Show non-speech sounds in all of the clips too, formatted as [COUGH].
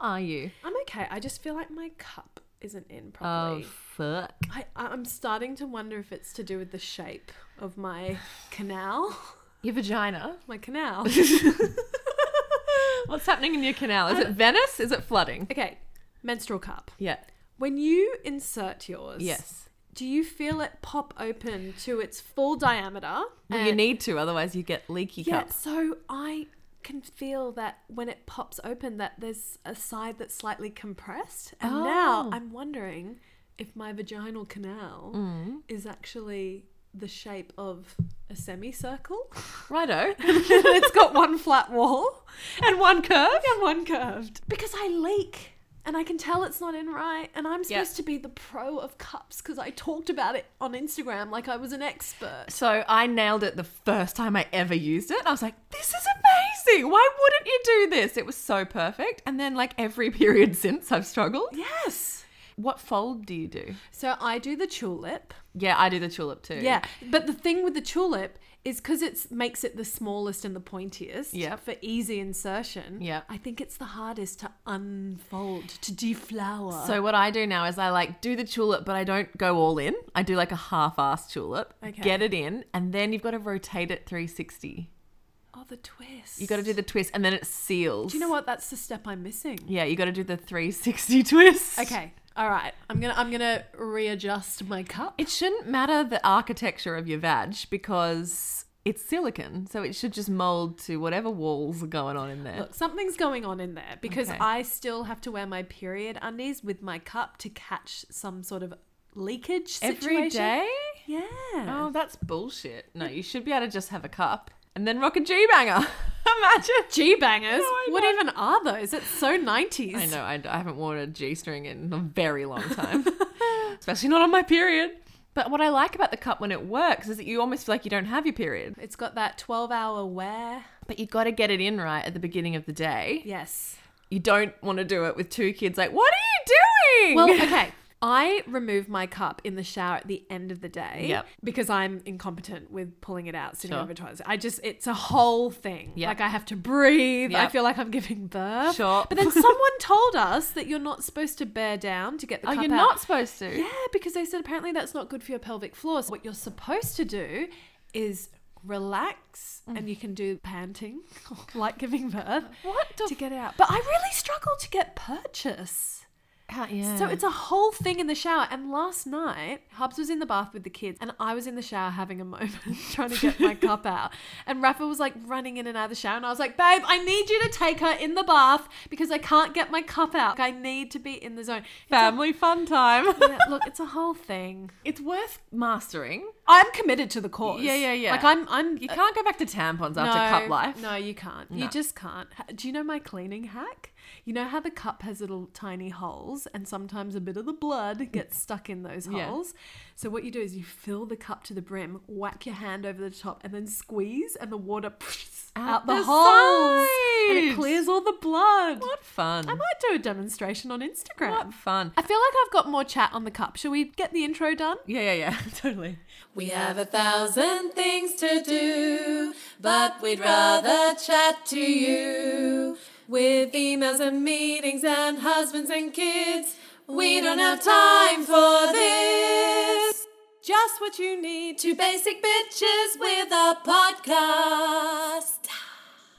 are you? I'm okay. I just feel like my cup isn't in Oh properly. fuck! I, I'm starting to wonder if it's to do with the shape [SIGHS] of my canal. [LAUGHS] Your [LAUGHS] vagina. My canal. What's happening in your canal? Is it Venice? Is it flooding? okay, menstrual cup. Yeah. When you insert yours, Yes. do you feel it pop open to its full diameter? Well, you And- need to, otherwise you get leaky Yeah, cups. so I can feel that when it pops open that there's a side that's slightly compressed. And now Oh. I'm wondering if my vaginal canal is actually the shape of a semicircle. [LAUGHS] Righto. it's got one flat wall and one curve. and one curved. Because I leak and I can tell it's not in right and I'm Yeah. supposed to be the pro of cups cuz I talked about it on Instagram like I was an expert. [LAUGHS] So I nailed it the first time I ever used it. I was like, this is amazing. Why wouldn't you do this? It was so perfect. And then, like, every [LAUGHS] period since I've struggled. Yes. What fold do you do? So I do the tulip. Yeah, I do the tulip too. Yeah, but the thing with the tulip is because it makes it the smallest and the pointiest Yep. for easy insertion. Yep. I think it's the hardest to unfold, to deflower. So what I do now is I like do the tulip, but I don't go all in. I do like a half-ass tulip, Okay. get it in, and then you've got to rotate it 360. oh, the twist. You got to do the twist, and then it seals. Do you know what? That's the step I'm missing. Yeah, you got to do the 360 [LAUGHS] twist. Okay. All right. I'm gonna I'm gonna readjust my cup. It shouldn't matter the architecture of your vag because it's silicon, so it should just mold to whatever walls are going on in there. Look, something's going on in there because Okay. I still have to wear my period undies with my cup to catch some sort of leakage situation. Every day? Yeah. Oh, that's bullshit. No, you should be able to just have a cup and then rock a G banger. [LAUGHS] Imagine. G bangers? No, I what know. even are those? It's so 90s. I know, I, I haven't worn a G string in a very [LAUGHS] long time, especially not on my period. But what I like about the cup when it works is that you almost feel like you don't have your period. It's got that 12 hour wear. But you got to get it in right at the beginning of the day. Yes. [LAUGHS] You don't want to do it with two kids like, what are you doing? Well, [LAUGHS] okay. I remove my cup in the shower at the end of the day Yep. because I'm incompetent with pulling it out sitting Sure. over toilet. I just it's a whole thing. Yep. Like I have to breathe. I Yep. feel like I'm giving birth. Sure. But then someone [LAUGHS] told us that you're not supposed to bear down to get the Oh, cup you're out. not supposed to. Yeah, because they said apparently that's not good for your pelvic floor. So what you're supposed to do is relax Mm. and you can do panting [LAUGHS] like giving birth What the to get out. But I really struggle to get purchase. f- yeah. So it's a whole thing in the shower. And last night, Hubs was in the bath with the kids, and I was in the shower having a moment [LAUGHS] trying to get my cup out. And Rafa was like running in and out of the shower, and I was like, "Babe, I need you to take her in the bath because I can't get my cup out. I need to be in the zone." It's a- family fun time. yeah, look, it's a whole thing. [LAUGHS] it's worth mastering. I'm committed to the cause. Yeah, yeah, yeah. Like I'm, I'm. You can't go back to tampons after cup life. No, you can't. Uh, No. You just can't. Ha- Do you know my cleaning hack? You know how the cup has little tiny holes and sometimes a bit of the blood gets stuck in those [LAUGHS] Yeah. holes? So, what you do is you fill the cup to the brim, whack your hand over the top, and then squeeze, and the water out, the, holes. And it sides. clears all the blood. What fun. I might do a demonstration on Instagram. What fun. I feel like I've got more chat on the cup. Shall we get the intro done? Yeah, yeah, yeah. [LAUGHS] Totally. We have a thousand things to do, but we'd rather chat to you. With emails and meetings and husbands and kids, we don't have time for this. Just what you need two basic bitches with a podcast.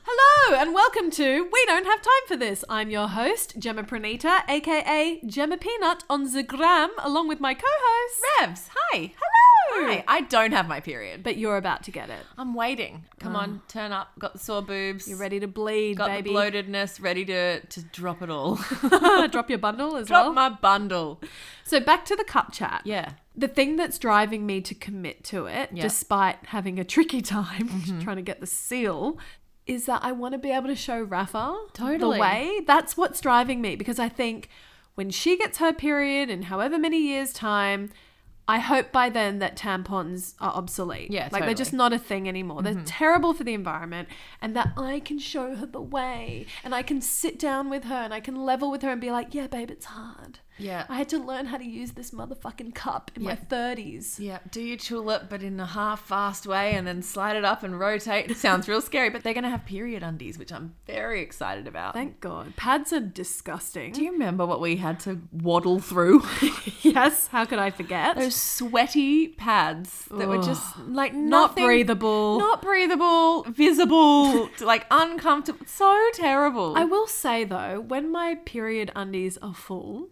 Hello and welcome to We Don't Have Time for This. I'm your host, Gemma Pranita, aka Gemma Peanut on the gram, along with my co-host. Rebs, hi. Hello. Hi. I don't have my period, but But you're about to get it. I'm waiting. Come on, turn up. Got the sore boobs. You're ready to bleed, Got baby. the bloatedness, ready to, to drop it all. [LAUGHS] [LAUGHS] Drop your bundle as well. drop my bundle. so back to the cup chat. Yeah. The thing that's driving me to commit to it, Yeah. Mm-hmm. despite having a tricky [LAUGHS] time trying to get the seal, is that I want to be able to show Rafa Totally. the way. That's what's driving me because I think when she gets her period in however many years' time, I hope by then that tampons are obsolete. Yeah, like they're just totally. Mm-hmm. not a thing anymore. They're terrible for the environment, and that I can show her the way, and I can sit down with her, and I can level with her and be like, "Yeah, babe, it's hard." Yeah. I had to learn how to use this motherfucking cup in my Yeah. 30s. Yeah, do your tulip, but in a half-fast way, and then slide it up and rotate. [LAUGHS] Sounds real scary, but they're gonna have period undies, which I'm very excited about. Thank God. Pads are [LAUGHS] disgusting. Do you remember what we had to waddle through? [LAUGHS] yes, how could I forget? Those sweaty pads that were Ugh. just like not nothing- breathable. not breathable, [LAUGHS] visible, like uncomfortable, so terrible. I will say though, when my period undies are full,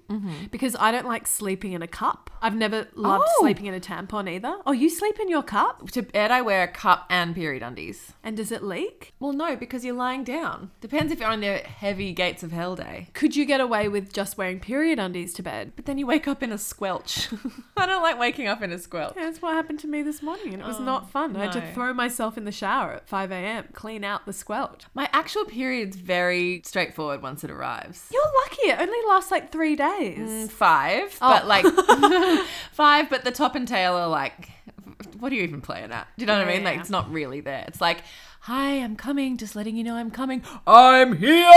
because I don't like sleeping in a cup. I've never loved Oh. sleeping in a tampon either. Oh, you sleep in your cup? to bed, I wear a cup and period undies. And does it leak? Well, no, because you're lying down. Depends if you're on the heavy gates of hell day. Could you get away with just wearing period undies to bed? But then you wake up in a squelch. [LAUGHS] I don't like waking up in a squelch. Yeah, that's what happened to me this morning, and it was not fun. I had no. to throw myself in the shower at 5 a.m., clean out the squelch. My actual period's very straightforward once it arrives. You're lucky, it only lasts like three days. Mm, Five, Oh. but like [LAUGHS] five, but the top and tail are like, what are you even playing at? Do you know what I Yeah, mean? Like yeah. it's not really there. It's like, hi, I'm coming. Just letting you know I'm coming. I'm here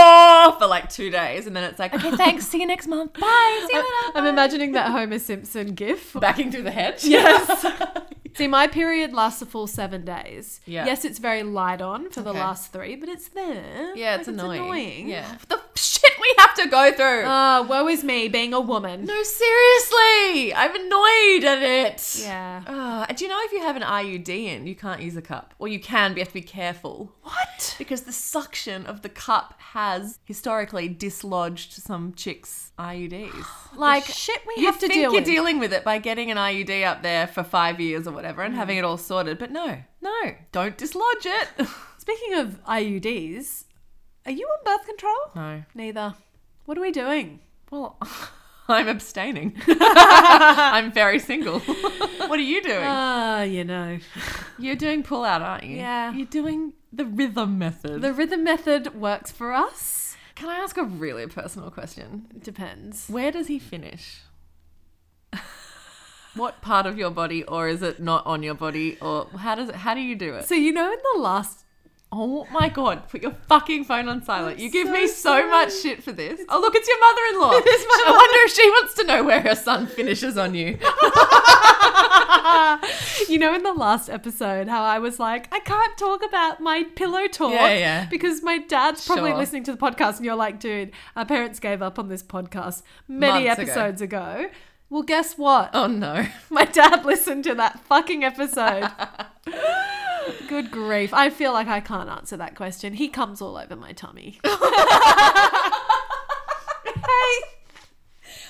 for like two days, and then it's like, [LAUGHS] okay, thanks. see you next month. Bye. See you I- later. I'm imagining that Homer Simpson gif. backing through the hedge. Yes. See, my period lasts a full seven days. Yeah. Yes, it's very light on for the Okay. last three, but it's there. [LAUGHS] Yeah, it's Like, annoying. Yeah. The shit we have to go through. Ah, woe is me being a woman. no, seriously. I'm annoyed at it. Yeah. Uh, do you know if you have an IUD in, you can't use a cup? Or you can, but you have to be careful. What? Because the suction of the cup has historically dislodged some chicks' [GASPS] IUDs. Like shit, we You have to think deal you're with. dealing with it by getting an IUD up there for five years or whatever Hmm. and having it all sorted, but no, no, don't dislodge [LAUGHS] it. Speaking of IUDs, are you on birth control? no. Neither. What are we doing? Well, [LAUGHS] I'm [LAUGHS] abstaining. [LAUGHS] I'm very single. [LAUGHS] what are you doing? Ah, you know. You're doing pull out, aren't you? Yeah. You're doing the rhythm method. The rhythm method works for us. Can I ask a really personal question? Depends. Where does he finish? [LAUGHS] what part of your body, or is it not on your body, or how does it, how do you do it? So you know, in the last Oh my god! Put your fucking phone on silent. you give so me so sorry. much shit for this. oh look, [LAUGHS] it's your mother-in-law. I wonder if she wants to know where her son finishes on you. [LAUGHS] You know, in the last episode, how I was like, I can't talk about my pillow talk Yeah, yeah. because my dad's probably Sure. listening to the podcast, and you're like, dude, our parents gave up on this podcast many Months ago. episodes ago. Well, guess what? [LAUGHS] [LAUGHS] Oh no! My dad listened to that [LAUGHS] fucking episode. Good grief. I feel like I can't answer that question. He comes all over my tummy. hey.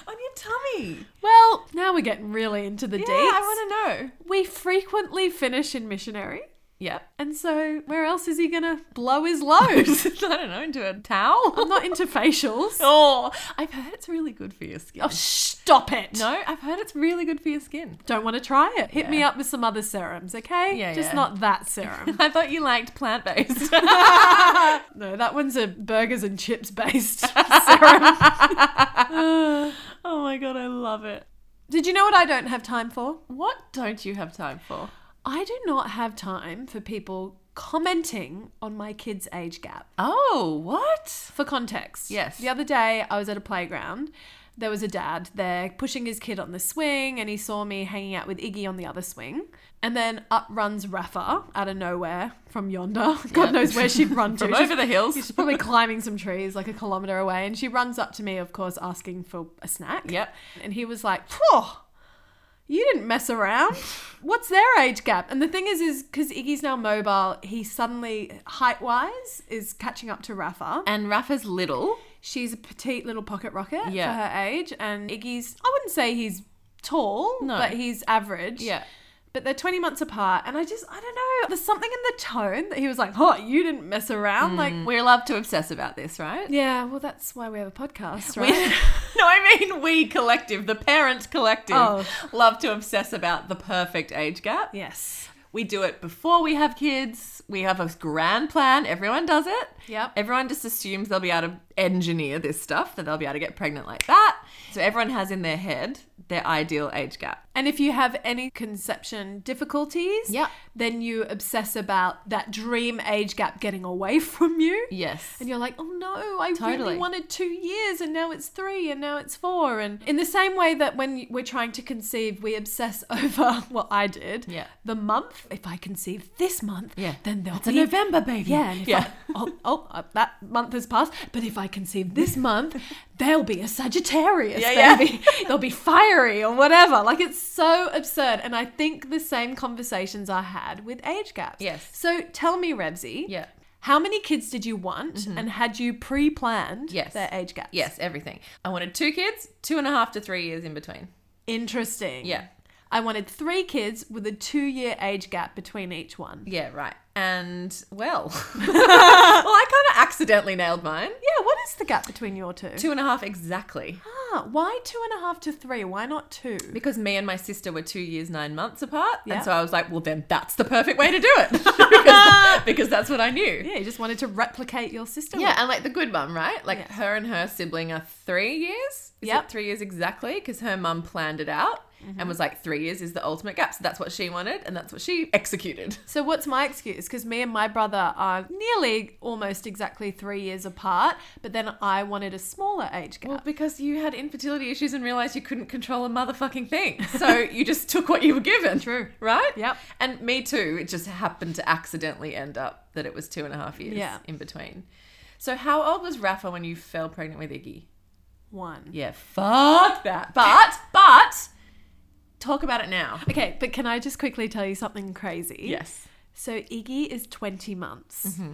On your tummy. Well, now we're getting really into the Yeah, deets. I want to know. We frequently finish in missionary. Yep. [LAUGHS] And so, where else is he gonna blow his load? I don't know. Into a towel. I'm not into facials. [LAUGHS] Oh, I've heard it's really good for your skin. Oh, stop it! no, I've heard it's really good for your skin. [LAUGHS] don't want to try it. Hit me Yeah. up with some other serums, okay? Yeah, just yeah. [LAUGHS] not that serum. I thought you liked plant [LAUGHS] based. no, that one's a burgers and chips [LAUGHS] based serum. oh my god, I love it. Did you know what I don't have time for? What don't you have time for? I do not have time for people commenting on my kids' age gap. Oh, what? For context, Yes. The other day, I was at a playground. There was a dad there pushing his kid on the swing, and he saw me hanging out with Iggy on the other swing. And then up runs Rafa out of nowhere from yonder. [LAUGHS] God knows where she'd [LAUGHS] run to. From She's over the hills. She's [LAUGHS] probably climbing some trees like a kilometer away, and she runs up to me, of course, asking for a snack. Yep. And he was like, Phew, you didn't mess around. What's their age gap? And the thing is, is because Iggy's now mobile, he suddenly, height wise, is catching up to Rafa. And Rafa's little. She's a petite little pocket rocket Yeah. for her age, and Iggy's, I wouldn't say he's tall, No. but he's average. Yeah. But they're 20 months apart, and I just, I don't know, there's something in the tone that he was like, Oh, you didn't mess around. Like, Mm. We're allowed to obsess about this, right? yeah, well, that's why we have a podcast, We- right? [LAUGHS] no, I mean we collective, the parent collective, Oh. love to obsess about the perfect age gap. yes. We do it before we have kids. We have a grand plan. Everyone does it. Yep. Everyone just assumes they'll be able to engineer this stuff that they'll be able to get pregnant like that. So everyone has in their head their ideal age gap. And if you have any conception difficulties, Yeah. then you obsess about that dream age gap getting away [LAUGHS] from you. Yes. And you're like, oh no, I Totally. really wanted two years and now it's three and now it's four. And in the same way that when we're trying to conceive, we obsess [LAUGHS] over what I did. Yeah. The month. If I conceive this month, Yeah. then there'll It's a be November baby. yeah, and if Yeah. I, oh, oh, uh, that month has passed. But if I [LAUGHS] conceive this month, there'll be a Sagittarius Yeah, yeah. baby. [LAUGHS] They'll be fiery or whatever. Like it's so absurd. And I think the same conversations are had with age gaps. Yes. So tell me, Rebsy. Yeah. How many kids did you want, and had you pre-planned Mm-hmm. Yes. their age gaps? Yes, everything. I wanted two kids, two and a half to three years in between. Interesting. Yeah. I wanted three kids with a two-year age gap between each one. Yeah, right. And well, [LAUGHS] well, [LAUGHS] I kind of accidentally nailed mine. Yeah. What is the gap between your two? Two and a half exactly. Ah, why two and a half to three? Why not two? Because me and my sister were two years, nine months apart. Yeah. And so I was like, well, then that's the perfect way to do it. [LAUGHS] because, because that's what I knew. Yeah, you just wanted to replicate your system. Yeah, and like the good mum, right? Like Yes. her and her sibling are three years. Is Yep. it three years exactly? Because her mum planned it out and was like, three years is the ultimate gap. So that's what she wanted and that's what she executed. So what's my excuse? Because me and my brother are nearly almost exactly three years apart, but then I wanted a smaller age gap. Well, because you had infertility issues and realized you couldn't control a motherfucking thing. So you just [LAUGHS] took what you were given. True. Right? Yep. And me too. It just happened to accidentally end up that it was two and a half years Yeah. in between. So how old was Rafa when you fell pregnant with Iggy? One. Yeah, fuck that. But, but, talk about it now. Okay, but can I just quickly tell you something crazy? Yes. So Iggy is 20 months, Mm-hmm.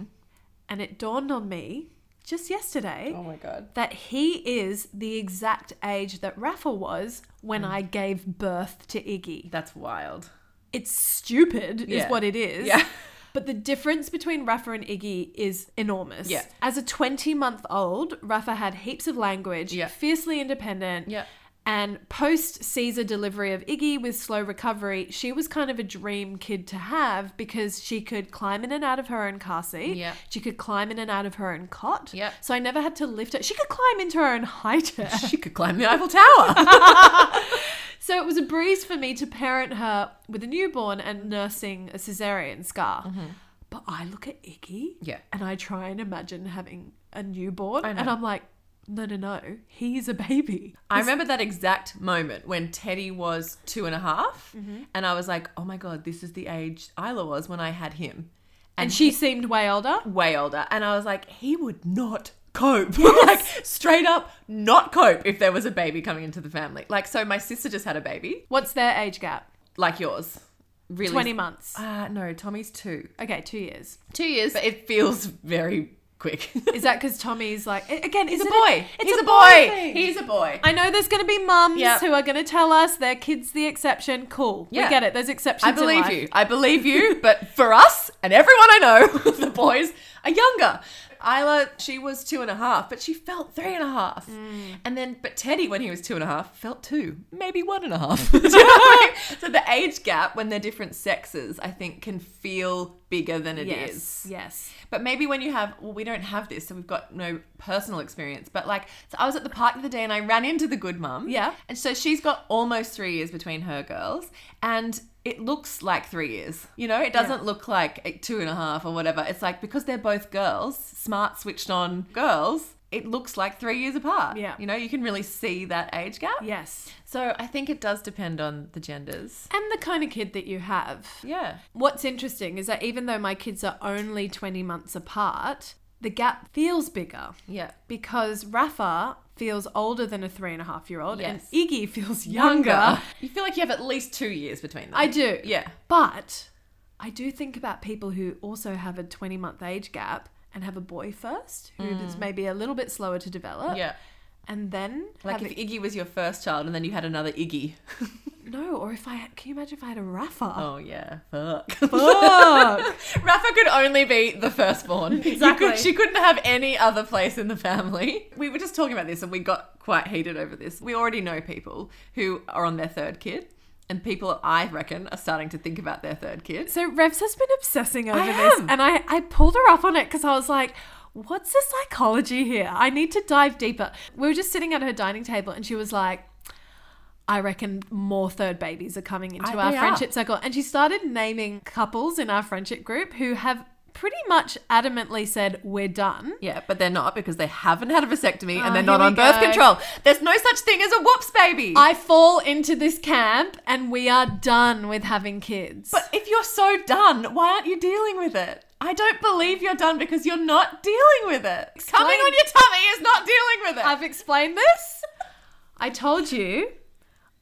and it dawned on me just yesterday Oh my God. that he is the exact age that Rafa was when Mm. I gave birth to Iggy. That's wild. It's stupid, Yeah. is what it is. Yeah. [LAUGHS] But the difference between Rafa and Iggy is enormous. Yeah. As a 20 month old, Rafa had heaps of language, Yeah. fiercely independent. Yeah. And post Caesar delivery of Iggy with slow recovery, she was kind of a dream kid to have because she could climb in and out of her own car seat. Yeah. She could climb in and out of her own cot. Yeah. So I never had to lift her. She could climb into her own [LAUGHS] high chair. She could climb the Eiffel [LAUGHS] Tower. So it was a breeze for me to parent her with a newborn and nursing a cesarean scar. But I look at Iggy Mm-hmm. Yeah. and I try and imagine having a newborn. I know. And I'm like, no, no, no. He's a baby. I remember that exact moment when Teddy was two and a half, Mm-hmm. and I was like, oh my God, this is the age Isla was when I had him. And, she seemed way older. way older. And I was like, he would not cope. [LAUGHS] like, straight up, not cope if there was a baby coming into the family. Like, so my sister just had a baby, What's their age gap? like yours. Really? 20 months. Uh, no, Tommy's two. Okay, two years. Two years. But it feels very quick. [LAUGHS] Is that because Tommy's like, a- again, He's a isn't boy. It, it's He's a, boy. thing. He's a boy. I know there's going to be mums Yep. who are going to tell us their kid's the exception. Cool. Yeah. We get it. There's exceptions. I in believe life. you. I believe you. [LAUGHS] But for us and everyone I know, [LAUGHS] the boys are younger. Isla, she was two and a half, but she felt three and a half. Mm. And then, but Teddy, when he was two and a half, felt two, maybe one and a [LAUGHS] half. [LAUGHS] Do you know what I mean? So the age gap, when they're different sexes, I think can feel bigger than it is. yes. Yes. But maybe when you have, well, we don't have this, so we've got no personal experience. But like, so I was at the park the other day and I ran into the good mum. Yeah. And so she's got almost three years between her girls. And it looks like three years. You know, it doesn't look like a- two and a half or whatever. It's like because they're both girls, smart, switched on girls, it looks like three years apart. Yeah. You know, you can really see that age gap. Yes. So I think it does depend on the genders. and the kind of kid that you have. Yeah. What's interesting is that even though my kids are only 20 months apart, the gap feels bigger Yeah. because Rafa feels older than a three and a half year old Yes. and Iggy [LAUGHS] feels younger. You feel like you have at least two years between them. I do. Yeah. But I do think about people who also have a 20 month age gap and have a boy first who is maybe a little bit slower to develop. Mm. Yeah. And then Like have if Iggy was your first child and then you had another Iggy. no, or if I had, can you imagine if I had a Rafa? Oh yeah, [LAUGHS] fuck. Oh. Fuck. Rafa could only be the firstborn. You could- Exactly. she couldn't have any other place in the family. We were just talking about this and we got quite heated over this. We already know people who are on their third kid, and people I reckon are starting to think about their third kid. So Revs has been obsessing over I this, am. and I, I pulled her up on it because I was like, what's the psychology here? I need to dive deeper. We were just sitting at her dining table and she was like, I reckon more third babies are coming into I- our they are. friendship circle. And she started naming couples in our friendship group who have pretty much adamantly said, We're done. Yeah, but they're not because they haven't had a vasectomy Oh, and they're here not we on birth go. control. There's no such thing as a whoops baby. I fall into this camp and we are done with having kids. but if you're so done, why aren't you dealing with it? I don't believe you're done because you're not dealing with it. Coming Explain. on your tummy is not dealing with it. I've explained this. I told you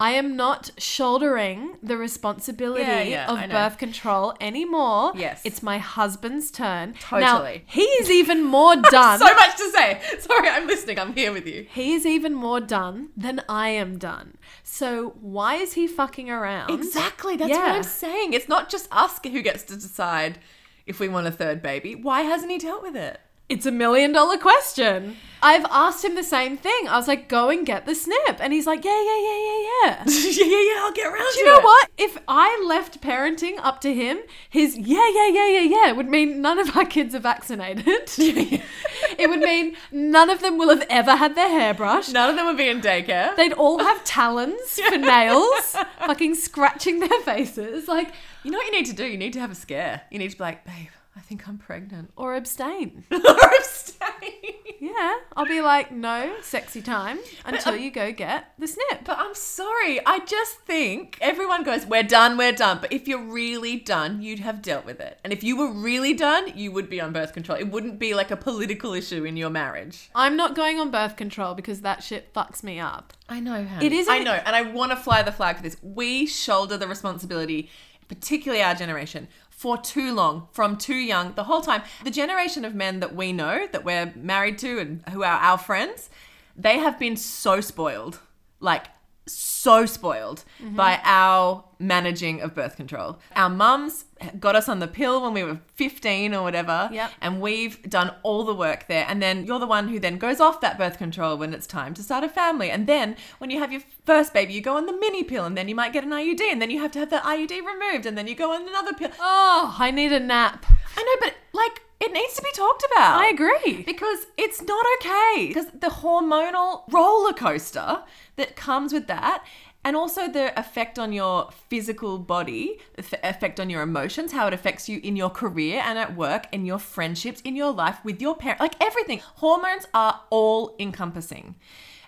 I am not shouldering the responsibility Yeah, yeah, I of know. birth control anymore. Yes. It's my husband's turn. Now, Totally. he is even [LAUGHS] more done. so much to say. [LAUGHS] Sorry, I'm listening. I'm here with you. he is even more done than I am done. So why is he fucking around? Exactly. That's Yeah. what I'm saying. It's not just us who gets to decide if we want a third baby. Why hasn't he dealt with it? It's a million dollar question. I've asked him the same thing. I was like, go and get the snip. And he's like, yeah, yeah, yeah, yeah, yeah. [LAUGHS] yeah, yeah, yeah. I'll get around Do you know what? If I left parenting up to him, his yeah, yeah, yeah, yeah, yeah would mean none of our kids are vaccinated. it would mean none of them will have ever had their hair brushed. None of them would be in daycare. They'd all have talons for nails, fucking scratching their faces, like, You know what you need to do? You need to have a scare. You need to be like, babe, I think I'm pregnant. [LAUGHS] or abstain. or abstain. Yeah, I'll be like, no, sexy time until you go get the snip. [LAUGHS] But I'm sorry. I just think everyone goes, we're done, we're done. But if you're really done, you'd have dealt with it. And if you were really done, you would be on birth control. It wouldn't be like a political issue in your marriage. I'm not going on birth control because that shit fucks me up. I know, how It is I an- know, and I want to fly the flag for this. We shoulder the responsibility, particularly our generation, for too long, from too young, the whole time. The generation of men that we know, that we're married to, and who are our friends, they have been so spoiled, like so spoiled Mm-hmm. by our managing of birth control. Our mums got us on the pill when we were 15 or whatever, Yep. and we've done all the work there. And then you're the one who then goes off that birth control when it's time to start a family. And then when you have your first baby, you go on the mini pill, and then you might get an IUD, and then you have to have that IUD removed, and then you go on another pill. Oh, I need a nap. I know, but like it needs to be talked about. I agree. Because it's not okay. Because the hormonal roller coaster that comes with that, and also the effect on your physical body, the f- effect on your emotions, how it affects you in your career and at work, in your friendships, in your life, with your parents, like everything. Hormones are all encompassing.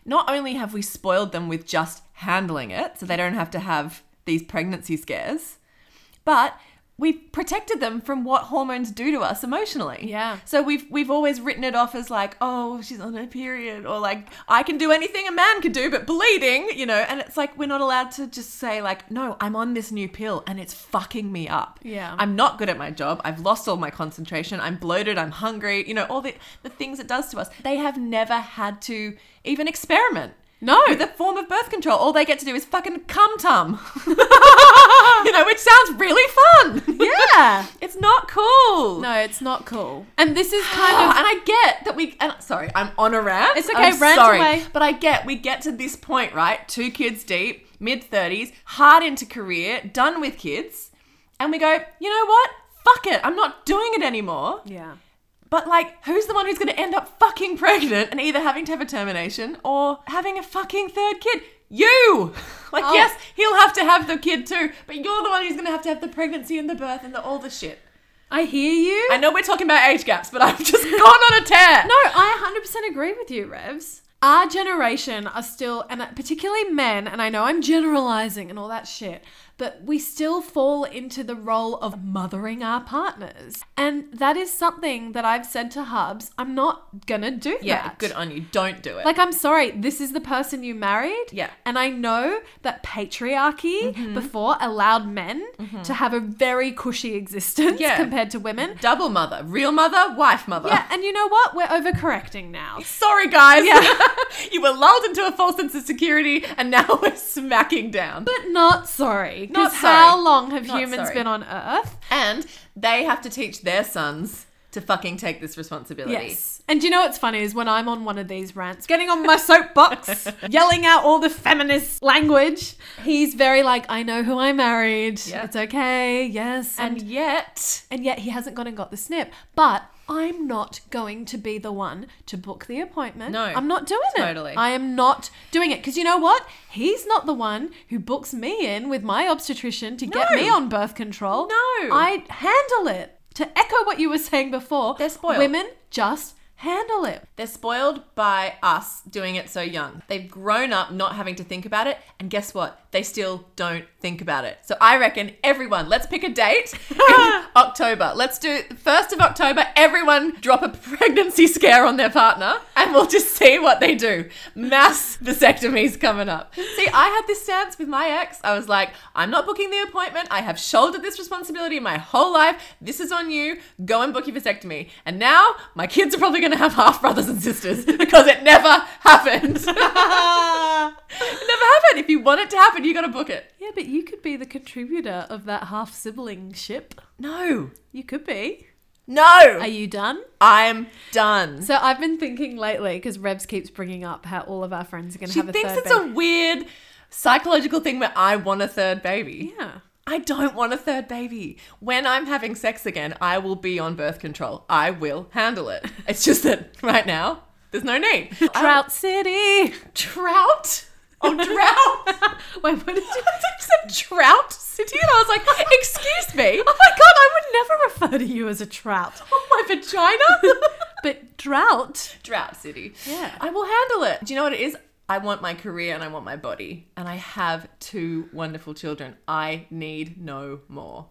Not only have we spoiled them with just handling it, so they don't have to have these pregnancy scares, but we've protected them from what hormones do to us emotionally. Yeah. So we've we've always written it off as like, oh, she's on her period, or like, I can do anything a man can do, but bleeding, you know. And it's like we're not allowed to just say like, no, I'm on this new pill and it's fucking me up. Yeah. I'm not good at my job. I've lost all my concentration. I'm bloated. I'm hungry. You know, all the the things it does to us. They have never had to even experiment. No. With a form of birth control, all they get to do is fucking cum [LAUGHS] tum. [LAUGHS] you know, which sounds really fun. [LAUGHS] Yeah. It's not cool. No, it's not cool. And this is kind Oh, [GASPS] of and I get that we. And sorry, I'm on a rant. It's okay, I'm rant sorry, away. But I get we get to this point, right? Two kids deep, mid thirties, hard into career, done with kids, and we go. You know what? Fuck it. I'm not doing it anymore. yeah. But like, who's the one who's going to end up fucking pregnant and either having to have a termination or having a fucking third kid? You. [LAUGHS] Like, Oh. yes, he'll have to have the kid too, but you're the one who's going to have to have the pregnancy and the birth and the, all the shit. I hear you. I know we're talking about age gaps, but I've [LAUGHS] just gone on a tear. no, I 100% agree with you, Revs. Our generation are still, and particularly men, and I know I'm generalizing and all that shit, but we still fall into the role of mothering our partners. And that is something that I've said to Hubs I'm not gonna do Yeah, that. good on you. Don't do it. Like, I'm sorry, this is the person you married. Yeah. Mm-hmm. And I know that patriarchy before allowed men to have a very cushy existence Yeah. compared to women. double mother, real mother, wife [LAUGHS] mother. Yeah, and you know what? We're overcorrecting now. Sorry, guys. Yeah. [LAUGHS] you were lulled into a false sense of security, and now [LAUGHS] we're smacking down. But [LAUGHS] not sorry. Not Because how sorry. long have Not humans sorry. been on Earth? and they have to teach their sons to fucking take this responsibility. Yes. And do you know what's funny is when I'm on one of these rants, getting on my [LAUGHS] soapbox, [LAUGHS] yelling out all the feminist language, he's very like, I know who I married. Yeah. It's okay. Yes. And yet, and yet he hasn't gone and got the snip. But I'm not going to be the one to book the appointment. No, I'm not doing it. totally. I am not doing it. Because you know what? He's not the one who books me in with my obstetrician to get No. me on birth control. No. I handle it. To echo what you were saying before, They're spoiled. women just handle it. They're spoiled by us doing it so young. They've grown up not having to think about it, and guess what? They still don't think about it. So I reckon everyone, let's pick a date in October. Let's do 1st of October, everyone drop a pregnancy scare on their partner, and we'll just see what they do. Mass vasectomies coming up. See, I had this stance with my ex. I was like, I'm not booking the appointment. I have shouldered this responsibility my whole life. This is on you. Go and book your vasectomy. And now my kids are probably going to have half brothers and sisters [LAUGHS] because it never happened. [LAUGHS] it never happened. If you want it to happen, you got to book it. Yeah, but you could be the contributor of that half sibling ship. No. You could be. Are No. you done? I'm done. So I've been thinking lately because Rebs keeps bringing up how all of our friends are going to she have a thinks third it's baby. a weird psychological thing where I want a third baby. yeah. I don't want a third baby. When I'm having sex again, I will be on birth control. I will handle it. It's just that right now, there's no need. I- Trout City. trout? [LAUGHS] Oh, drought. Wait, what [LAUGHS] did you? It's a drought city. And I was [LAUGHS] like, excuse me. Oh my god, I would never refer to you as a [LAUGHS] trout. Oh, my [LAUGHS] vagina. But drought. drought city. Yeah. I will handle it. Do you know what it is? I want my career and I want my body. And I have two wonderful children. I need no more.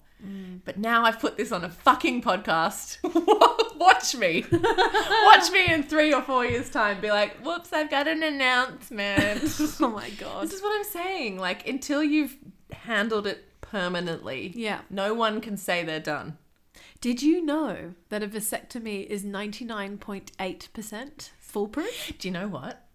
But now I've put this on a fucking podcast. [LAUGHS] Watch me. Watch me in three or four years' time be like, whoops, I've got an [LAUGHS] announcement. Oh my god. This is what I'm saying. Like, until you've handled it permanently, Yeah. no one can say they're done. Did you know that a vasectomy is 99.8% foolproof? Do you know what?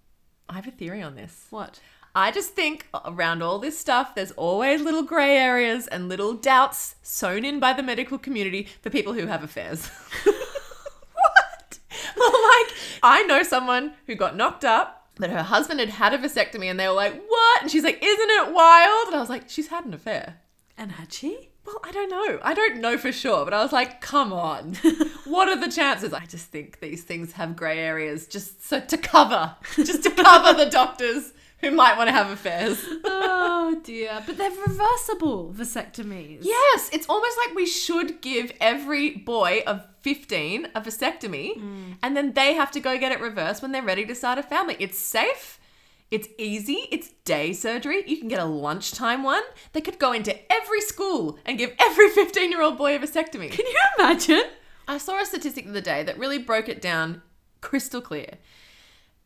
I have a theory on this. What? I just think around all this stuff, there's always little grey areas and little doubts sewn in by the medical community for people who have affairs. [LAUGHS] what? like, I know someone who got knocked up, but her husband had had a vasectomy, and they were like, What? And she's like, Isn't it wild? And I was like, She's had an affair. And had she? Well, I don't know. I don't know for sure, but I was like, come [LAUGHS] on. what are the chances? I just think these things have grey areas just so to cover, just to cover [LAUGHS] the doctors who might want to have affairs. oh dear. But they're reversible vasectomies. Yes, it's almost like we should give every boy of 15 a vasectomy and then they have to go get it reversed when they're ready to start a family. It's safe, it's easy, it's day surgery. You can get a lunchtime one. They could go into every school and give every 15 year old boy a vasectomy. Can you imagine? I saw a statistic the other day that really broke it down crystal clear.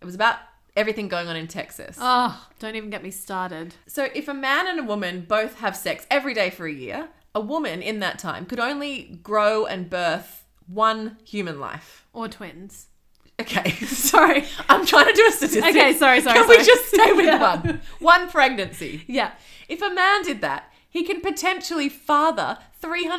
It was about everything going on in Texas. Oh, don't even get me started. So, if a man and a woman both have sex every day for a year, a woman in that time could only grow and birth one human life. Or twins. Okay, [LAUGHS] sorry. I'm trying to do a statistic. Okay, sorry, sorry, Can we sorry. just stay with [LAUGHS] Yeah. one? One pregnancy. Yeah. If a man did that, he can potentially father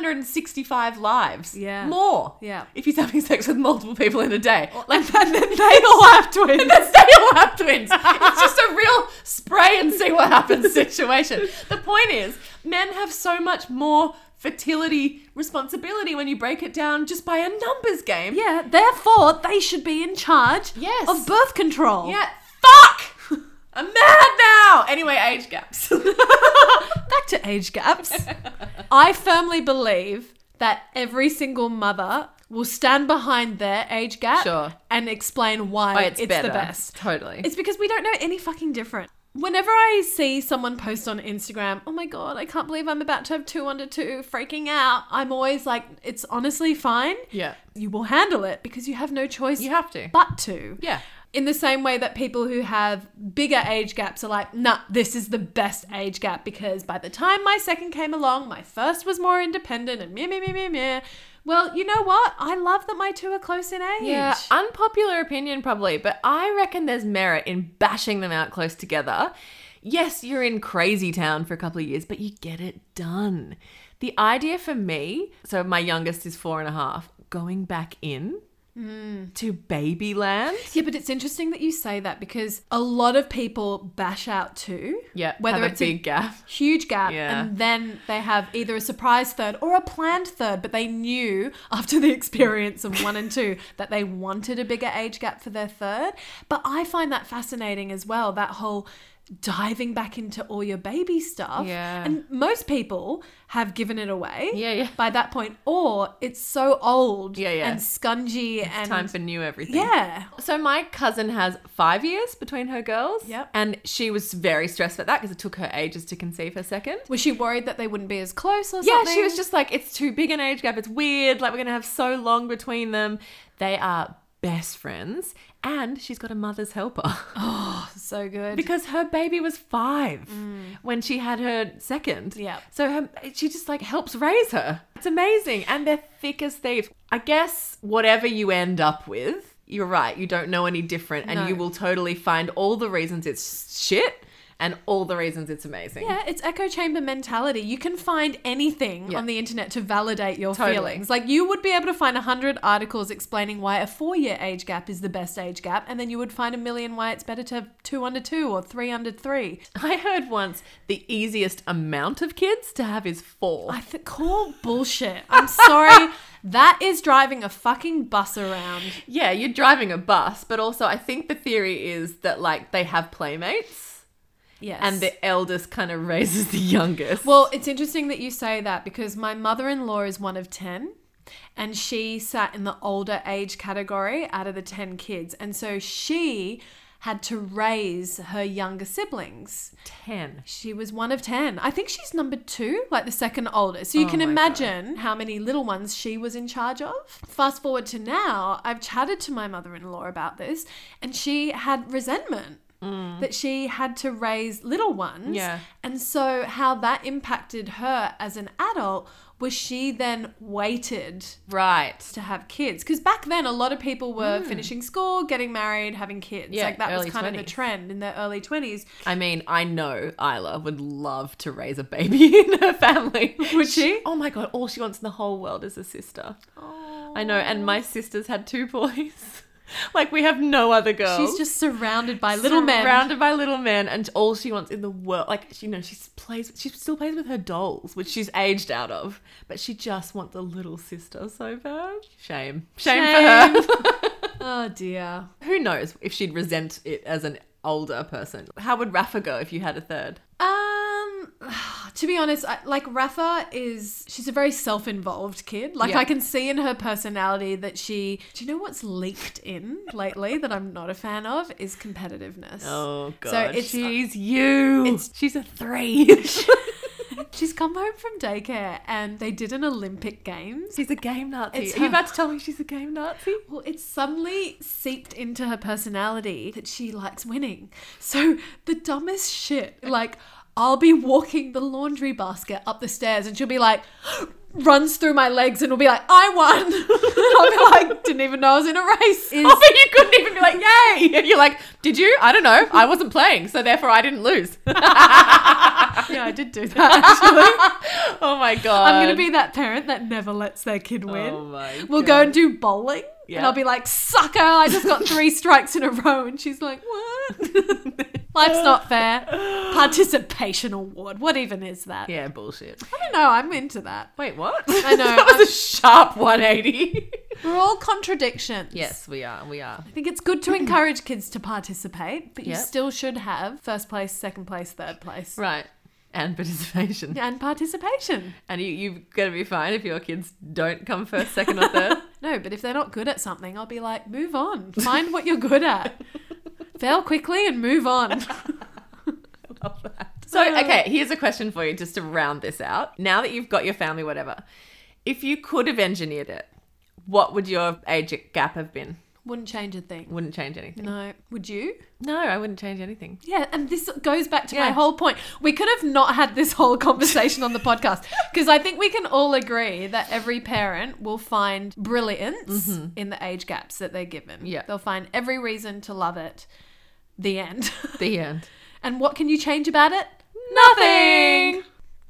365 lives. Yeah. More. Yeah. If he's having sex with multiple people in a day. Like [LAUGHS] and then they all have [LAUGHS] twins. [LAUGHS] Let's say you'll have twins. It's just a real spray and see what happens situation. The point is, men have so much more fertility responsibility when you break it down just by a numbers game. Yeah, therefore they should be in charge Yes. of birth control. Yeah. Fuck! I'm mad now! Anyway, age gaps. Oh, Back to age [LAUGHS] gaps. I firmly believe that every single mother will stand behind their age gap Sure. and explain why it's, the best. Totally. It's because we don't know any fucking different. Whenever I see someone post on Instagram, oh my god, I can't believe I'm about to have two under two, freaking out, I'm always like, it's honestly fine. yeah. You will handle it because you have no choice You have to. but to. Yeah. In the same way that people who have bigger age gaps are like, nah, this is the best age gap because by the time my second came along, my first was more independent and meh, meh, meh, meh, meh. Well, you know what? I love that my two are close in age. Yeah, unpopular opinion probably, but I reckon there's merit in bashing them out close together. Yes, you're in crazy town for a couple of years, but you get it done. The idea for me, so my youngest is four and a half, going back in to Babyland. Yeah, but it's interesting that you say that because a lot of people bash out too. Yeah, Whether have a it's a- big gap. Huge gap, Yeah. and then they have either a surprise third or a planned third, but they knew [LAUGHS] after the experience of one [LAUGHS] and two that they wanted a bigger age gap for their third. But I find that fascinating as well that whole diving back into all your baby stuff. Yeah. And most people have given it away [LAUGHS] Yeah, yeah. by that point, or it's so old Yeah, yeah. and scungy and. Time for new everything. yeah. So my cousin has five years between her girls. Yep. And she was very stressed about that because it took her ages to conceive her second. Was she worried that they wouldn't be as close or Yeah, something? she was just like, it's too big an age gap. It's weird. Like, we're going to have so long between them. They are best friends. And she's got a mother's helper [LAUGHS] Oh, so good. because her baby was five when she had her second. Mm. Yep. So her, she just like helps raise her. It's amazing. And they're thick as thieves. I guess whatever you end up with, you're right. You don't know any different. And No. you will totally find all the reasons it's shit and all the reasons it's amazing. yeah, it's echo chamber mentality. You can find anything Yeah. on the internet to validate your Totally. feelings. Like you would be able to find a hundred articles explaining why a four-year age gap is the best age gap, and then you would find a million why it's better to have two under two or three under three. [LAUGHS] I heard once the easiest amount of kids to have is four. I th- call bullshit. [LAUGHS] I'm sorry. That is driving a fucking bus around. Yeah, you're driving a bus, but also I think the theory is that like they have playmates Yes. and the eldest kind of raises the youngest. Well, it's interesting that you say that because my mother in law is one of 10, and she sat in the older age category out of the 10 kids. And so she had to raise her younger siblings. 10. She was one of 10. I think she's number two, like the second oldest. So you Oh can my imagine how many little ones she was in charge of. Fast forward to now, I've chatted to my mother in law about this, and she had resentment that she had to raise little ones. Mm. Yeah. And so, how that impacted her as an adult was she then waited Right. to have kids because back then a lot of people were finishing school getting married having kids Mm. Yeah, like that was early kind of 20s. the trend in their early 20s I mean, I know Isla would love to raise a baby [LAUGHS] in her family. Would she? Oh my god, all she wants in the whole world is a sister. I know, and my sisters had two boys. [LAUGHS] like we have no other girls. She's just surrounded by little men. surrounded by little men, and all she wants in the world, like she- you know, she plays, she still plays with her dolls, which she's aged out of, but she just wants a little sister so bad. Shame, shame, for her. [LAUGHS] oh dear. Who knows if she'd resent it as an older person? How would Rafa go if you had a third? Um, [SIGHS] to be honest, I, like Rafa is she's a very self-involved kid. Like Yeah. I can see in her personality that she. Do you know what's leaked in lately that I'm not a fan of is competitiveness. Oh god, So it's she's you. it's- she's a [LAUGHS] three. she's come home from daycare and they did an Olympic Games. she's a game Nazi. It's Are you her. about to tell me she's a game Nazi? Well, it's suddenly seeped into her personality that she likes winning. So the dumbest shit, like I'll be walking the laundry basket up the stairs and she'll be like, [GASPS] runs through my legs and will be like, I won. [LAUGHS] I'll be like, didn't even know I was in a race. Is- Oh, [LAUGHS] but you couldn't even be like, yay! And [LAUGHS] you're like, did you? I don't know. I wasn't playing, so therefore I didn't lose. [LAUGHS] [LAUGHS] yeah, I did do that actually. [LAUGHS] oh my god. I'm going to be that parent that never lets their kid win. Oh my we'll go God. and do bowling. Yeah. And I'll be like, sucker, I just got [LAUGHS] three strikes in a row. And she's like, what? [LAUGHS] Life's not fair. [GASPS] Participation award. What even is that? Yeah, bullshit. I don't know. I'm into that. Wait, what? I [LAUGHS] know, that was a sharp [LAUGHS] 180. We're all contradictions. yes, we are. We are. I think it's good to encourage kids to participate, but you Yep. still should have first place, second place, third place. Right. And participation. And participation. And you, you're going to be fine if your kids don't come first, second, or [LAUGHS] third. No, but if they're not good at something, I'll be like, move on. Find what you're [LAUGHS] good at. Fail quickly and move on. [LAUGHS] So, okay, here's a question for you just to round this out. Now that you've got your family, whatever, if you could have engineered it, what would your age gap have been? Wouldn't change a thing. Wouldn't change anything. No. Would you? No, I wouldn't change anything. Yeah, and this goes back to my Yeah. whole point. We could have not had this whole [LAUGHS] conversation on the podcast because I think we can all agree that every parent will find brilliance in the age gaps that they're given. Mm-hmm. Yeah. They'll find every reason to love it. The end. [LAUGHS] The end. and what can you change about it? Nothing.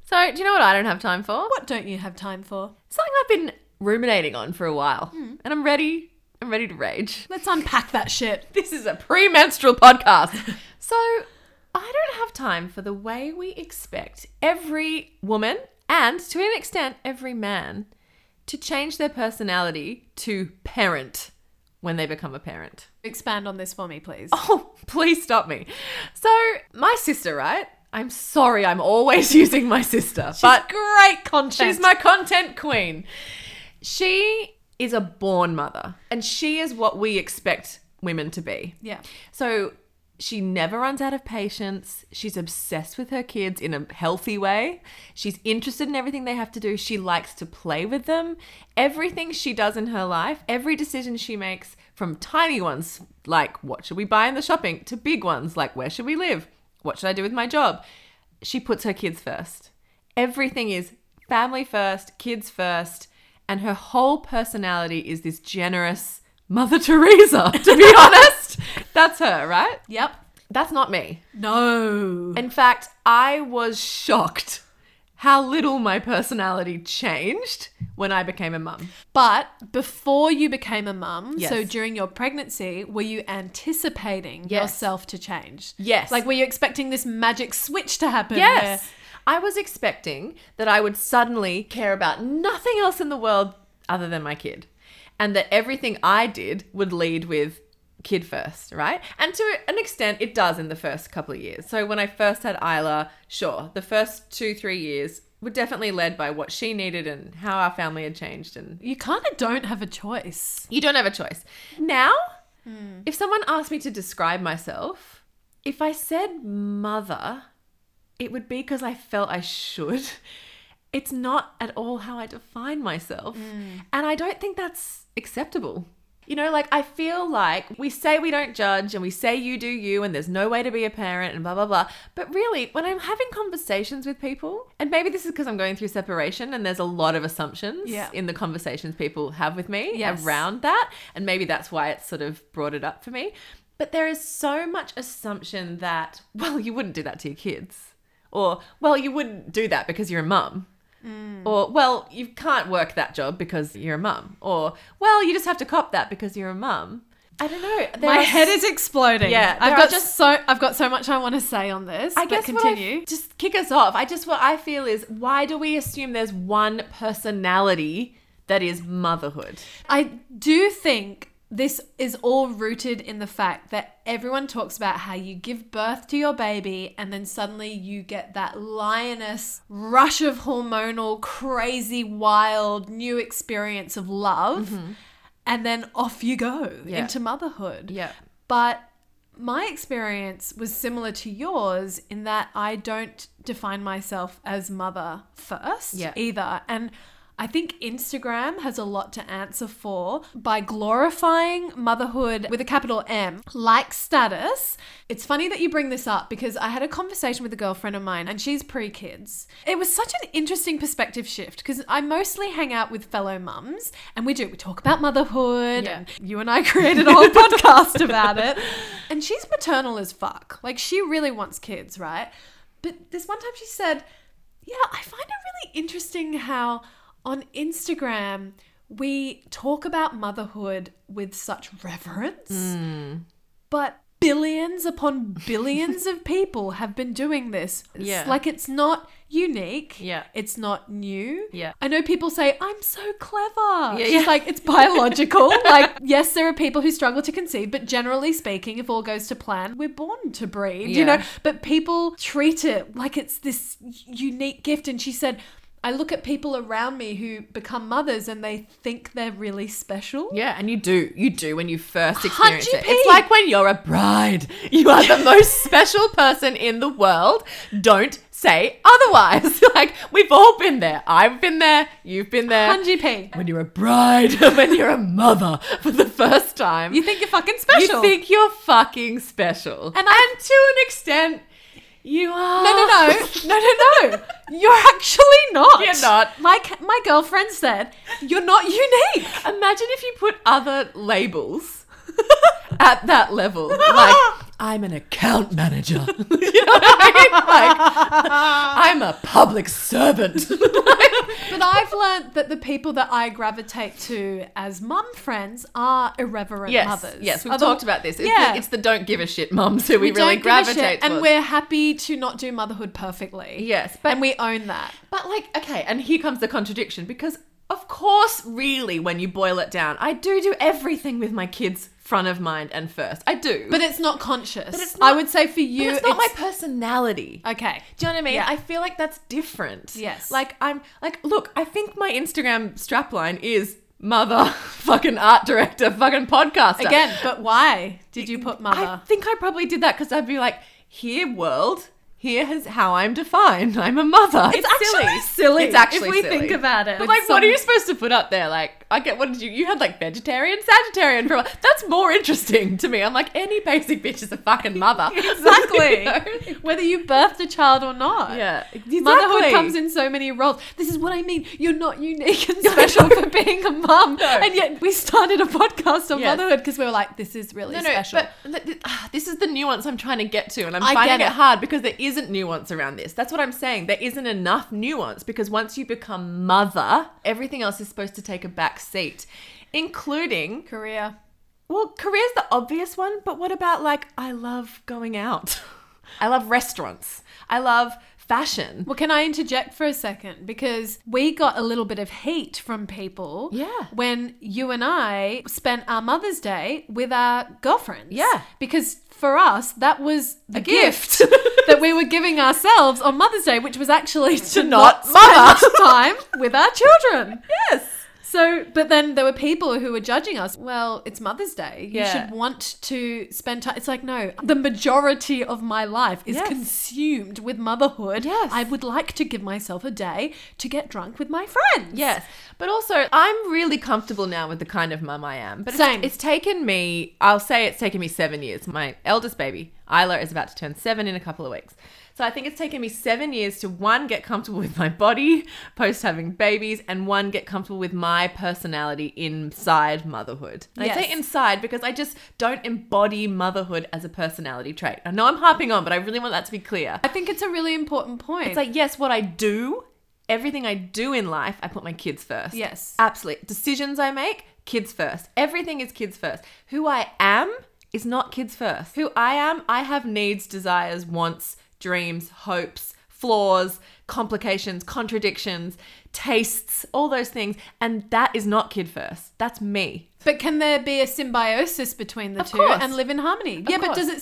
So, do you know what I don't have time for? What don't you have time for? Hmm. Something I've been ruminating on for a while, and I'm ready I'm ready to rage. Let's unpack that shit. This is a premenstrual [LAUGHS] podcast. so I don't have time for the way we expect every woman and to an extent every man to change their personality to parent when they become a parent. [LAUGHS] Expand on this for me, please. Oh, please stop me. So, my sister, right? I'm sorry, I'm always [LAUGHS] using my sister, but great content. she's my content queen. She is a born mother, and she is what we expect women to be. yeah. So she never runs out of patience. She's obsessed with her kids in a healthy way. She's interested in everything they have to do. She likes to play with them. Everything she does in her life, every decision she makes, from tiny ones like what should we buy in the shopping to big ones like where should we live? What should I do with my job? She puts her kids first. Everything is family first, kids first, and her whole personality is this generous Mother [LAUGHS] Teresa, to be [LAUGHS] honest. That's her, right? Yep. That's not me. No. In fact, I was shocked how little my personality changed when I became a mum. But before you became a mum, Yes. so during your pregnancy, were you anticipating Yes. yourself to change? Yes. Like, were you expecting this magic switch to happen? Yes. I was expecting that I would suddenly care about nothing else in the world other than my kid. And that everything I did would lead with kid first, right? And to an extent, it does in the first couple of years. So when I first had Isla, sure, the first two, three years were definitely led by what she needed and how our family had changed and where you kind of don't have a choice. Hmm. you don't have a choice. Now, if someone asked me to describe myself, if I said mother, it would be because I felt I should. [LAUGHS] It's not at all how I define myself. Hmm. And I don't think that's acceptable. You know, like I feel like we say we don't judge and we say you do you and there's no way to be a parent and blah, blah, blah. But really, when I'm having conversations with people, and maybe this is because I'm going through separation and there's a lot of assumptions Yeah. in the conversations people have with me Yes. around that. And maybe that's why it's sort of brought it up for me. But there is so much assumption that, [LAUGHS] well, you wouldn't do that to your kids. Or, well, you wouldn't do that because you're a mum. Mm. Or, well, you can't work that job because you're a mum. Or, well, you just have to cop that because you're a mum. I don't know. There My are head is exploding. Yeah, I've there got are just so I've got so much I want to say on this. I but guess what I- continue. just kick us off. I just what I feel is why do we assume there's one personality that is motherhood? I do think this is all rooted in the fact that everyone talks about how you give birth to your baby and then suddenly you get that lioness rush of hormonal, crazy, wild, new experience of love. And then off you go Mm-hmm. Yeah. into motherhood. Yeah. But my experience was similar to yours in that I don't define myself as mother first Yeah. either. And I think Instagram has a lot to answer for by glorifying motherhood with a capital M, like status. It's funny that you bring this up because I had a conversation with a girlfriend of mine and she's pre kids. It was such an interesting perspective shift because I mostly hang out with fellow mums and we do, we talk about motherhood Yeah. and you and I [LAUGHS] created a whole podcast about it. And she's maternal as fuck. Like she really wants kids, right? But this one time she said, "Yeah, I find it really interesting how on Instagram we talk about motherhood with such reverence, Hmm. but billions upon billions of people have been doing this. It's Yeah. like it's not unique. Yeah. It's not new. Yeah. I know people say, I'm so clever. Yeah, She's yeah. like, [LAUGHS] it's biological. like, yes, there are people who struggle to conceive, but generally speaking, if all goes to plan, we're born to breed, you Yeah. know? But people treat it like it's this unique gift. And she said, I look at people around me who become mothers and they think they're really special. Yeah, and you do. You do when you first experience it. 100p. It's like when you're a bride. You are the [LAUGHS] most special person in the world. Don't say otherwise. [LAUGHS] like, we've all been there. I've been there. You've been there. 100p. When you're a bride, [LAUGHS] when you're a mother for the first time, You think you're fucking special. you think you're fucking special. and I to an extent, you are. No, no, no, no, [LAUGHS] no, no. You're actually not. oh. You're not. Like my girlfriend said, you're not unique. [LAUGHS] Imagine if you put other labels at that level. Like, I'm an account manager. [LAUGHS] you know what I mean? Like, I'm a public [LAUGHS] servant. But I've learned that the people that I gravitate to as mum friends are irreverent yes, mothers. yes, we've Are the- talked about this. It's, Yeah. the, it's the don't give a shit mums who we, don't really give a shit, gravitate and towards. we're happy to not do motherhood perfectly. yes, but and we own that. But like, okay, and here comes the contradiction because of course, really, when you boil it down, I do do everything with my kids front of mind and first. I do. But it's not conscious. it's I not- would say for But you, it's not my personality. okay. do you know what I mean? Yeah. I feel like that's different. Yes. Like I'm like look, I think my Instagram strapline is mother [LAUGHS] fucking art director fucking podcaster. Again, but why did you put I [LAUGHS] mother? think I probably did that because I'd be like, here world, here is how I'm defined. I'm a mother. It's, actually silly. It's actually if we silly. think about it. But like, It's, what are um, you supposed to put up there? Like, I get what did you? You had like vegetarian, Sagittarian. From that's more interesting to me. I'm like, any basic bitch is a fucking mother. [LAUGHS] Exactly. [LAUGHS] You know? Whether you birthed a child or not. Yeah, Motherhood exactly. comes in so many roles. This is what I mean. You're not [LAUGHS] unique and special for being a mum. And yet we started a podcast on Yes. motherhood because we were like, this is really No, no, special. but th- th- ah, this is the nuance I'm trying to get to, and I'm I finding get it it. hard because there isn't nuance around this. That's what I'm saying. There isn't enough nuance because once you become mother, everything else is supposed to take a back seat, including Career. well, career's the obvious one, but what about like I love going out, [LAUGHS] I love restaurants, I love fashion. Well, can I interject for a second? Because we got a little bit of heat from people. Yeah. When you and I spent our Mother's Day with our girlfriends. Yeah. Because for us, that was the gift, gift. [LAUGHS] that we were giving ourselves on Mother's Day, which was actually to not not, mother. spend time with our [LAUGHS] children. Yes. So, but then there were people who were judging us. Well, it's Mother's Day. You Yeah. should want to spend time. It's like, no, the majority of my life is Yes. consumed with motherhood. Yes. I would like to give myself a day to get drunk with my friends. Yes. But also, I'm really comfortable now with the kind of mum I am. But Same. It's, it's taken me, I'll say it's taken me seven years. My eldest baby, Isla, is about to turn seven in a couple of weeks. So I think it's taken me seven years to one, get comfortable with my body post having babies, and one, get comfortable with my personality inside motherhood. And I Yes. say inside because I just don't embody motherhood as a personality trait. I know I'm harping on, but I really want that to be clear. I think it's a really important point. It's like, yes, what I do, everything I do in life, I put my kids first. Yes. Absolutely. Decisions I make, kids first. Everything is kids first. Who I am is not kids first. Who I am, I have needs, desires, wants, dreams, hopes, flaws, complications, contradictions, tastes, all those things. And that is not kid first. That's me. but can there be a symbiosis between the Of two course. and live in harmony? yeah, but course. does it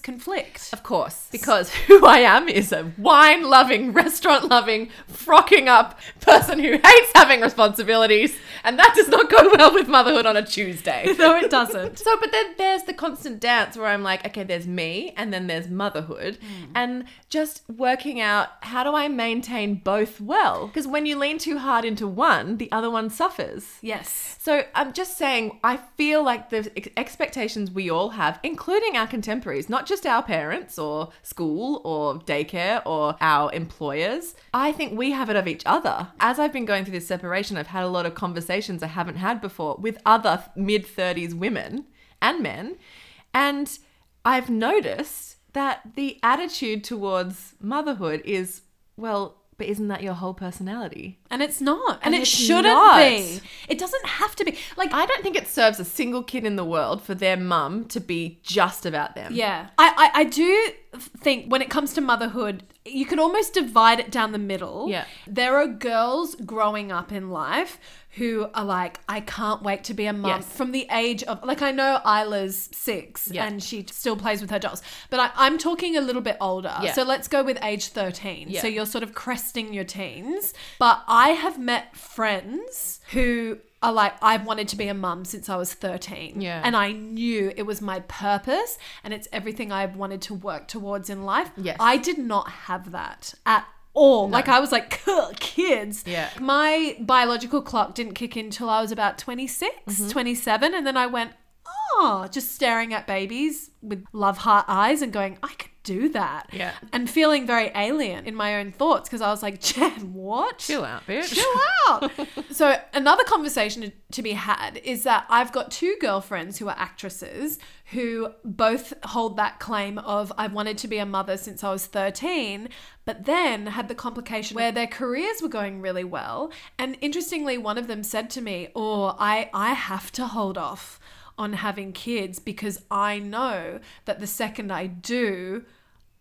[LAUGHS] conflict? Of course. Because who I am is a wine loving, restaurant loving, frocking up person who hates having responsibilities. And that does not go well with motherhood on a Tuesday. no, it doesn't. [LAUGHS] So, but then there's the constant dance where I'm like, okay, there's me and then there's motherhood and just working out how do I maintain both well? Because when you lean too hard into one, the other one suffers. [LAUGHS] Yes. So, I'm just saying, I feel like the ex- expectations we all have, including our contemporaries, not just our parents or school or daycare or our employers, I think we have it of each other. As I've been going through this separation, I've had a lot of conversations I haven't had before with other mid 30s women and men. And I've noticed that the attitude towards motherhood is, well, but isn't that your whole personality? And it's not. And, And it it's shouldn't not. be. It doesn't have to be. Like, I don't think it serves a single kid in the world for their mum to be just about them. Yeah. I, I, I do think when it comes to motherhood, you could almost divide it down the middle. Yeah. There are girls growing up in life who are like, I can't wait to be a mum Yes. from the age of, like, I know Isla's six Yeah. and she still plays with her dolls, but I, I'm talking a little bit older. Yeah. So let's go with age 13. Yeah. So you're sort of cresting your teens. But I have met friends who are like, I've wanted to be a mum since I was 13. Yeah. And I knew it was my purpose and it's everything I've wanted to work towards in life. Yes. I did not have that at all. Like I was like, [LAUGHS] "Cuh, kids. Yeah. My biological clock didn't kick in till I was about 26, Mm-hmm. 27. And then I went, oh, just staring at babies with love heart eyes and going, I could do that? Yeah. And feeling very alien in my own thoughts because I was like, [LAUGHS] Jen, what? Chill out, bitch. Chill out. so another conversation to be had is that I've got two girlfriends who are actresses who both hold that claim of I wanted to be a mother since I was 13, but then had the complication where their careers were going really well. And interestingly, one of them said to me, "Oh, I I have to hold off on having kids because I know that the second I do,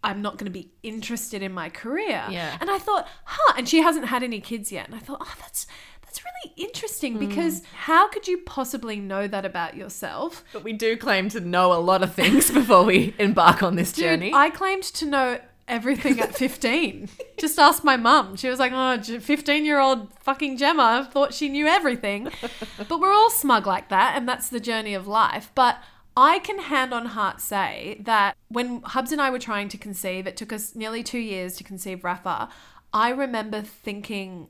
I'm not going to be interested in my career. Yeah. And I thought, huh, and she hasn't had any kids yet. And I thought, oh, that's that's really interesting Mm. because how could you possibly know that about yourself? But we do claim to know a lot of things [LAUGHS] before we embark on this Dude, journey. I claimed to know everything at [LAUGHS] 15. Just ask my mum. She was like, oh, 15 year old fucking Gemma thought she knew [LAUGHS] everything. But we're all smug like that, and that's the journey of life. But I can hand on heart say that when Hubs and I were trying to conceive, it took us nearly two years to conceive Rafa. I remember thinking,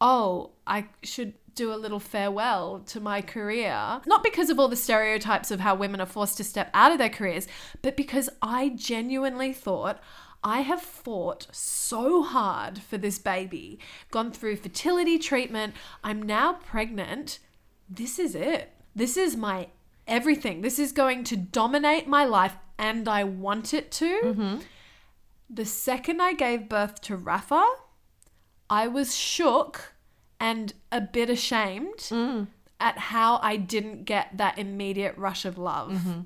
oh, I should do a little farewell to my career. Not because of all the stereotypes of how women are forced to step out of their careers, but because I genuinely thought I have fought so hard for this baby, gone through fertility treatment. I'm now pregnant. This is it. This is my everything. This is going to dominate my life, and I want it to. The second I gave birth to Rafa, I was shook and a bit ashamed Mm. at how I didn't get that immediate rush of love. Mm-hmm.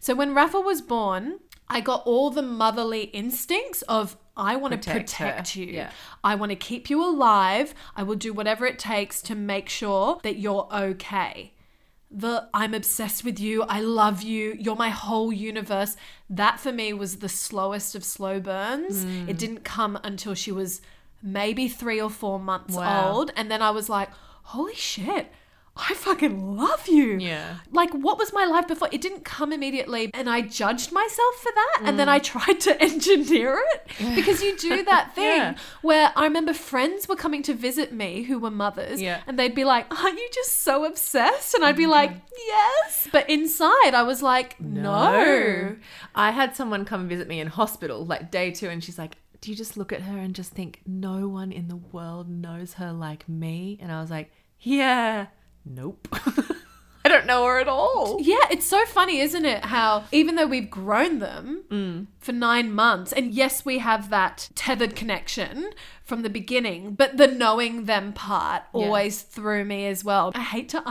So when Rafa was born, I got all the motherly instincts of I want to Protect her. protect you. Yeah. I want to keep you alive. I will do whatever it takes to make sure that you're okay. The I'm obsessed with you. I love you. You're my whole universe. That for me was the slowest of slow burns. Hmm. It didn't come until she was maybe three or four months Wow. old. And then I was like, holy shit, I fucking love you. Yeah. Like, what was my life before? It didn't come immediately. And I judged myself for that. And then I tried to [LAUGHS] engineer it because you do that thing Hmm. [LAUGHS] Yeah. where I remember friends were coming to visit me who were mothers. Yeah. And they'd be like, aren't you just so obsessed? And I'd be like, yes. But inside, I was like, no. I had someone come visit me in hospital, like day two, and she's like, Do you just look at her and just think, no one in the world knows her like me? And I was like, Yeah, nope. [LAUGHS] I don't know her at all. Yeah, it's so funny, isn't it? How even though we've grown them for nine months, and yes, we have that tethered connection from the beginning, but the knowing them part always threw me as well. I hate to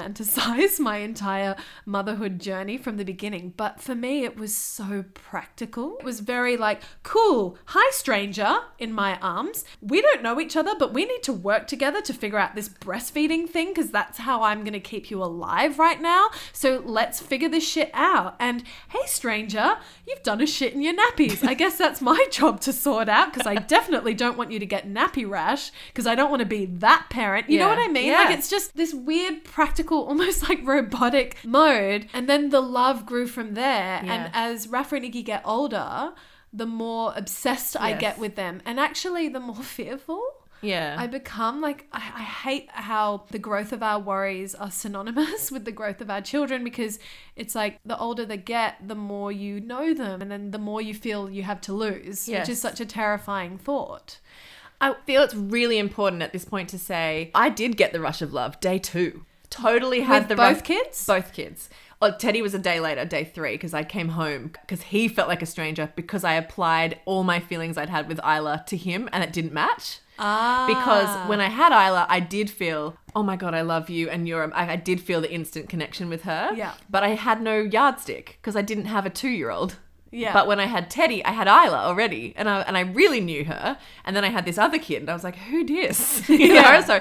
unromanticize my entire motherhood journey from the beginning, but for me, it was so practical. It was very like, cool, hi, stranger, in my arms. We don't know each other, but we need to work together to figure out this breastfeeding thing because that's how I'm going to keep you alive right now. So let's figure this shit out. And hey, stranger, you've done a shit in your nappies. I guess that's my job to sort out because I definitely don't want you to get nappy rash because I don't want to be that parent. You know Yeah. what I mean? Yeah. Like it's just this weird, practical, [LAUGHS] almost like robotic mode. And then the love grew from there. Yeah. And as Rafa and Iggy get older, the more obsessed I Yes. get with them, and actually, the more [LAUGHS] fearful Yeah. I become. Like, I, I hate how the growth of our worries are synonymous [LAUGHS] with the growth of our children because it's like the older they get, the more you know them, and then the more you feel you have to lose, Yes. which is such a terrifying thought. I feel it's really important at this point to say I did get the rush of love day two. Totally had With the both rush- kids? Both kids. Oh, Teddy was a day later, day three, because I came home because he felt like a stranger because I applied all my feelings I'd had with Isla to him and it didn't match. Ah. Because when I had Isla, I did feel, oh my God, I love you. And you're, I, I did feel the instant connection with her. Yeah. But I had no yardstick because I didn't have a two year old. Yeah. But when I had Teddy, I had Isla already, and I and I really knew her. And then I had this other kid, and I was like, "Who dis?" [LAUGHS] You Yeah. know. So,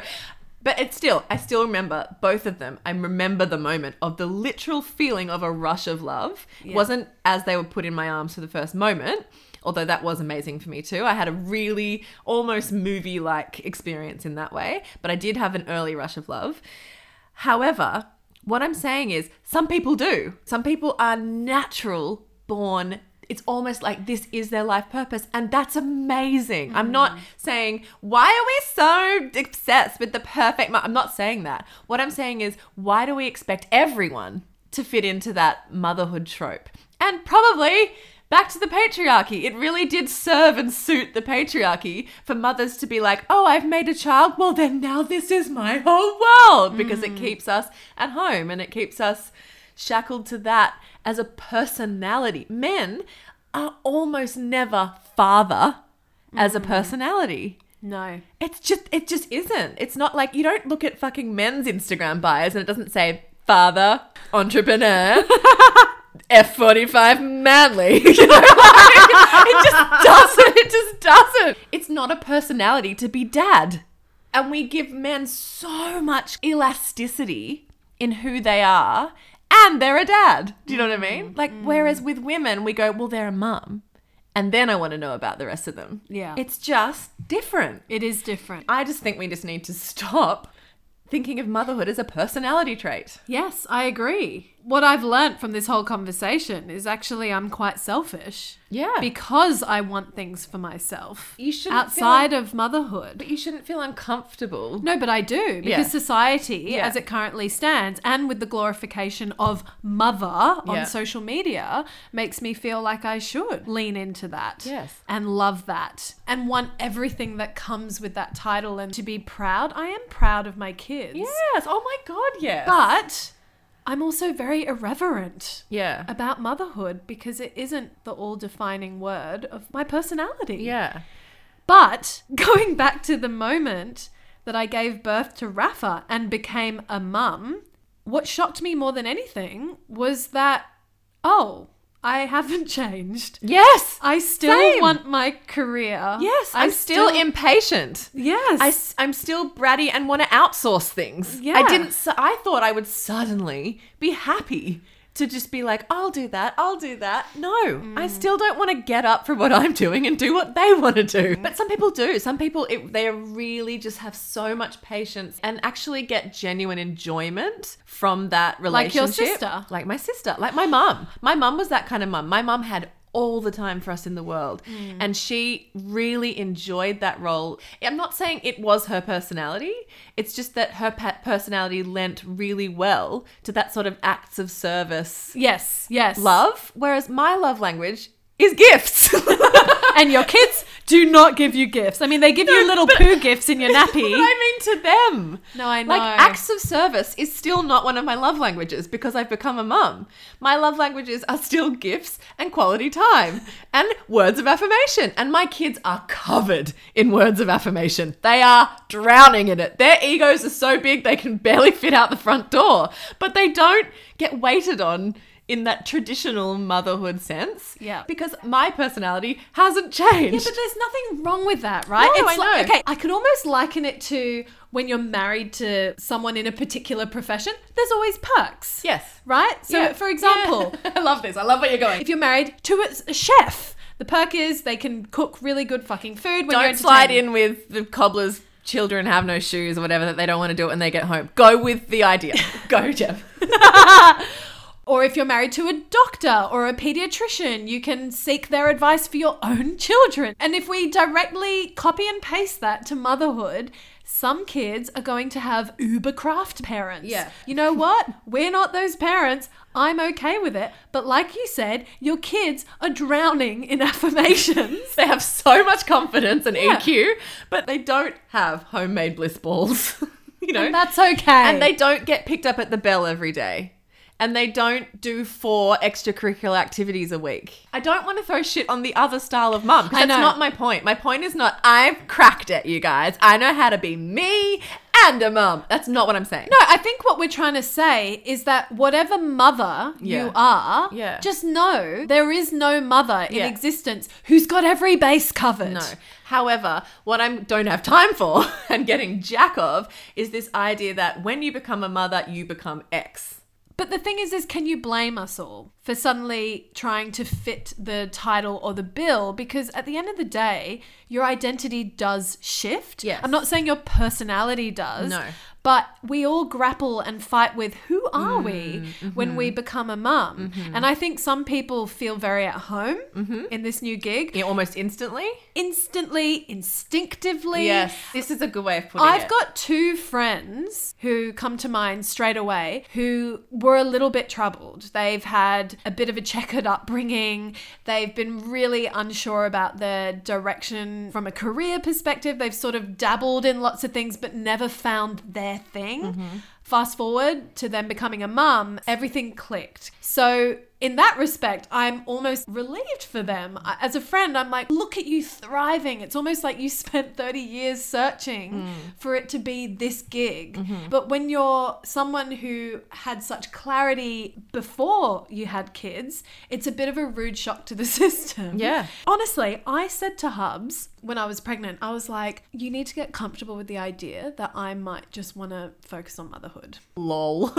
but it's still, I still remember both of them. I remember the moment of the literal feeling of a rush of love. It Yeah. wasn't as they were put in my arms for the first moment. Although that was amazing for me too. I had a really almost movie like experience in that way, but I did have an early rush of love. However, what I'm saying is some people do. Some people are natural born. It's almost like this is their life purpose, and that's amazing. I'm not saying, why are we so obsessed with the perfect? mo-" I'm not saying that. What I'm saying is, why do we expect everyone to fit into that motherhood trope? And probably Back to the patriarchy. It really did serve and suit the patriarchy for mothers to be like, oh, I've made a child. Well, then now this is my whole world because it keeps us at home and it keeps us shackled to that as a personality. Men are almost never father as a personality. No. It's just it just isn't. It's not like you don't look at fucking men's Instagram bios and it doesn't say father, entrepreneur, F forty five manly. [LAUGHS] You know, like, it just doesn't. It just doesn't. It's not a personality to be dad. And we give men so much elasticity in who they are and they're a dad. Do you know what I mean? Like whereas with women we go, well they're a mum. And then I want to know about the rest of them. Yeah. It's just different. It is different. I just think we just need to stop thinking of motherhood as a personality trait. Yes, I agree. What I've learnt from this whole conversation is actually I'm quite selfish. Yeah. Because I want things for myself. You shouldn't outside feel of motherhood. But you shouldn't feel uncomfortable. No, but I do because Yeah. society, Yeah. as it currently stands, and with the glorification of mother on Yeah. social media, makes me feel like I should lean into that. Yes. And love that and want everything that comes with that title and to be proud. I am proud of my kids. Yes. Oh my god, yes. But I'm also very irreverent yeah. about motherhood because it isn't the all defining word of my personality. yeah. But going back to the moment that I gave birth to Rafa and became a mum, what shocked me more than anything was that, oh, I haven't [LAUGHS] changed. Yes. I still Same. want my career. Yes. I I'm still, impatient. Yes. I, am still bratty and want to outsource things. Yeah. I didn't. su- I thought I would suddenly be happy to just be like, I'll do that. I'll do that. No, I Mm. still don't want to get up from what [LAUGHS] I'm doing and do what they want to do. Mm. But some people do. Some people it, they really just have so much patience and actually get genuine enjoyment from that Like your relationship. sister. Like my sister. Like my mum. My mum was that kind of mum. My mum had all the time for us in the world. Mm. And she really enjoyed that role. I'm not saying it was her personality, it's just that her pa- personality lent really well to that sort of acts of service yes, yes. love, whereas my love language is gifts. [LAUGHS] and your kids do not give you gifts. I mean, they give you little poo gifts in [LAUGHS] [LAUGHS] your nappy. But I mean to them. No, I know. Like acts of service is still not one of my love languages because I've become a mum. My love languages are still gifts and quality time and words of affirmation. And my kids are covered in words of affirmation. They are drowning in it. Their egos are so big they can barely fit out the front door. But they don't get waited on in that traditional motherhood sense. Yeah. Because my personality hasn't changed. Yeah, but there's nothing wrong with that, right? No, I like- know. okay, I could almost liken it to when you're married to someone in a particular profession. There's always perks. yes. Right. So, Yeah. for example, [LAUGHS] I love this. I love where you're going. if you're married to a, a chef, the perk is they can cook really good fucking food. When you're don't slide entertaining. in with the cobbler's children have no shoes or whatever that they don't want to do it when they get home. Go with the [LAUGHS] idea. Go, Jeff. Or if you're married to a doctor or a pediatrician, you can seek their advice for your own [LAUGHS] children. And if we directly copy and paste that to motherhood, some kids are going to have uber craft parents. Yeah. You know what? [LAUGHS] We're not those parents. I'm okay with it. But like you said, your kids are drowning in [LAUGHS] affirmations. They have so much confidence and Yeah. EQ, but they don't have homemade bliss balls. [LAUGHS] you know, And that's okay. and they don't get picked up at the bell every day. And they don't do four extracurricular activities a week. I don't want to throw shit on the other style of mum I because that's know. not my point. My point is not I've cracked it, you guys. I know how to be me and a mum. That's not what I'm saying. No, I think what we're trying to say is that whatever mother Yeah. you are, Yeah. just know there is no mother in Yeah. existence who's got every base covered. No. However, what I don't have time for [LAUGHS] and getting jack of is this idea that when you become a mother, you become X. But the thing is, is can you blame us all for suddenly trying to fit the title or the bill? Because at the end of the day, your identity does shift. Yes. I'm not saying your personality does. No. But we all grapple and fight with who are we Mm-hmm, when we become a mum? And I think some people feel very at home Mm-hmm. in this new gig. Yeah, almost instantly. instantly, instinctively. This is a good way of putting it. I've got two friends who come to mind straight away who were a little bit troubled. They've had a bit of a checkered upbringing. They've been really unsure about their direction from a career perspective. They've sort of dabbled in lots of things, but never found their thing. Mm-hmm. Fast forward to them becoming a mum, everything clicked. So, in that respect, I'm almost relieved for them. I- As a friend, I'm like, look at you thriving. It's almost like you [LAUGHS] spent 30 years searching for it to be this gig. But when you're someone who had such clarity before you had kids, it's a bit of a rude shock to the [LAUGHS] system. Yeah. Honestly, I said to Hubs when I was pregnant, I was like, you need to get comfortable with the idea that I might just want to focus on motherhood. Lol. [LAUGHS]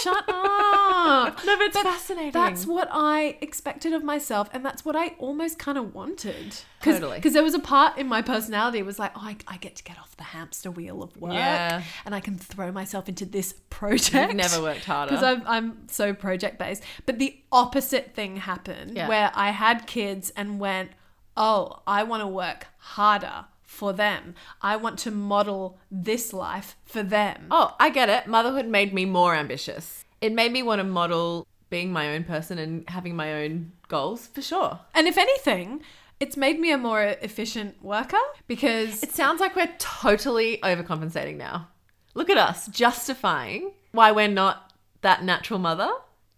Shut up. No, but it's fascinating. That's what I expected of myself, and that's what I almost kind of wanted. Cause, Totally. Because there was a part in my personality was like, oh, I, I get to get off the hamster wheel of work, Yeah. and I can throw myself into this project. never worked harder. Because I'm, I'm so project based. But the opposite thing happened Yeah. where I had kids and went, oh, I want to work harder for them. I want to model this life for them. Oh, I get it. Motherhood made me more ambitious. It made me want to model being my own person and having my own goals for sure. And if anything, it's made me a more efficient worker because It sounds like we're totally overcompensating now. Look at us justifying why we're not that natural mother.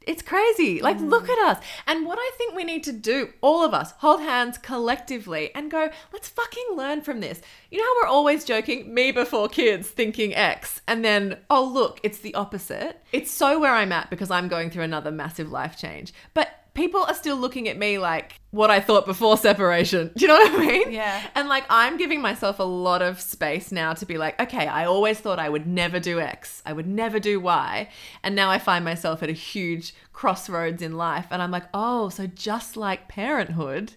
It's crazy. Like, look at us. And what I think we need to do, all of us, hold hands collectively and go, let's fucking learn from this. You know how we're always joking, me before kids thinking X, and then, oh, look, it's the opposite. It's so where I'm at because I'm going through another massive life change. But people are still looking at me like what I thought before separation. [LAUGHS] Do you know what I mean? Yeah. And like I'm giving myself a lot of space now to be like, okay, I always thought I would never do X. I would never do Y. And now I find myself at a huge crossroads in life and I'm like, oh, so just like parenthood,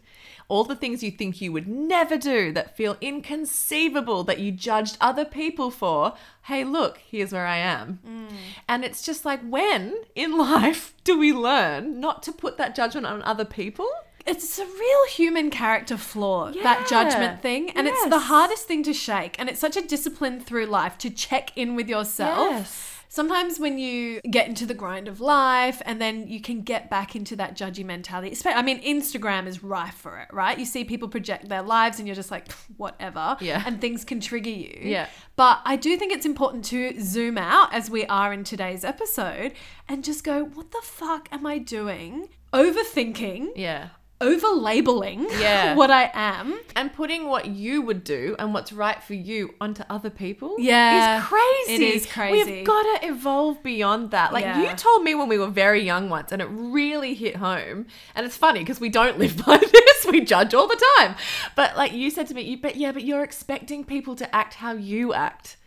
all the things you think you would never do that feel inconceivable that you judged other people for, hey, look, here's where I am. And it's just like when in [LAUGHS] life do we learn not to put that judgment on other people? it's a real human character flaw, that Yeah. judgment thing. And it's the Yes. hardest thing to shake. And it's such a discipline through life to check in with yourself. Yes. Sometimes when you get into the grind of life and then you can get back into that judgy mentality. Espe- I mean, Instagram is rife for it, right? You see people project their lives and you're just like, whatever. Yeah. And things can trigger you. Yeah. But I do think it's important to zoom out as we are in today's episode and just go, what the fuck am I doing? Overthinking Yeah. over labeling Yeah. [LAUGHS] what I am. and putting what you would do and what's right for you onto other people Yeah. is crazy. It is crazy. We've got to evolve beyond that. Like Yeah. you told me when we were very young once, and it really hit home. And it's funny because we don't live [LAUGHS] by this; we judge all the time. But like you said to me, you but yeah, but you're expecting people to act how you act.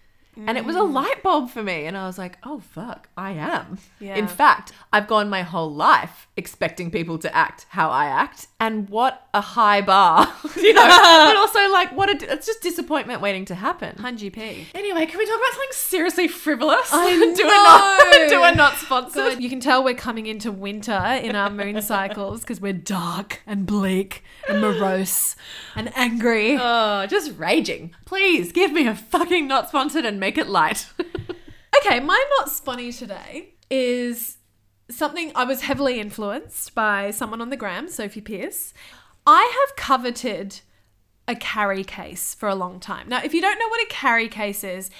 And it was a Mm. light bulb for me. And I was like, oh, fuck, I am. Yeah. In fact, I've gone my whole life expecting people to act how I act. And what a high bar, [LAUGHS] you know? but also, like, what a, it's just disappointment waiting to happen. 100p. Anyway, can we talk about something seriously frivolous? [LAUGHS] I do a know. not, [LAUGHS] do a not sponsored. Good. You can tell we're coming into winter in our moon cycles because we're dark and bleak and morose and angry. Oh, just raging. Please give me a fucking not sponsored and make it light. [LAUGHS] Okay, my not sponny today is something I was heavily influenced by someone on the gram, Sophie Pierce. I have coveted a carry case for a long time. Now, if you don't know what a carry case is,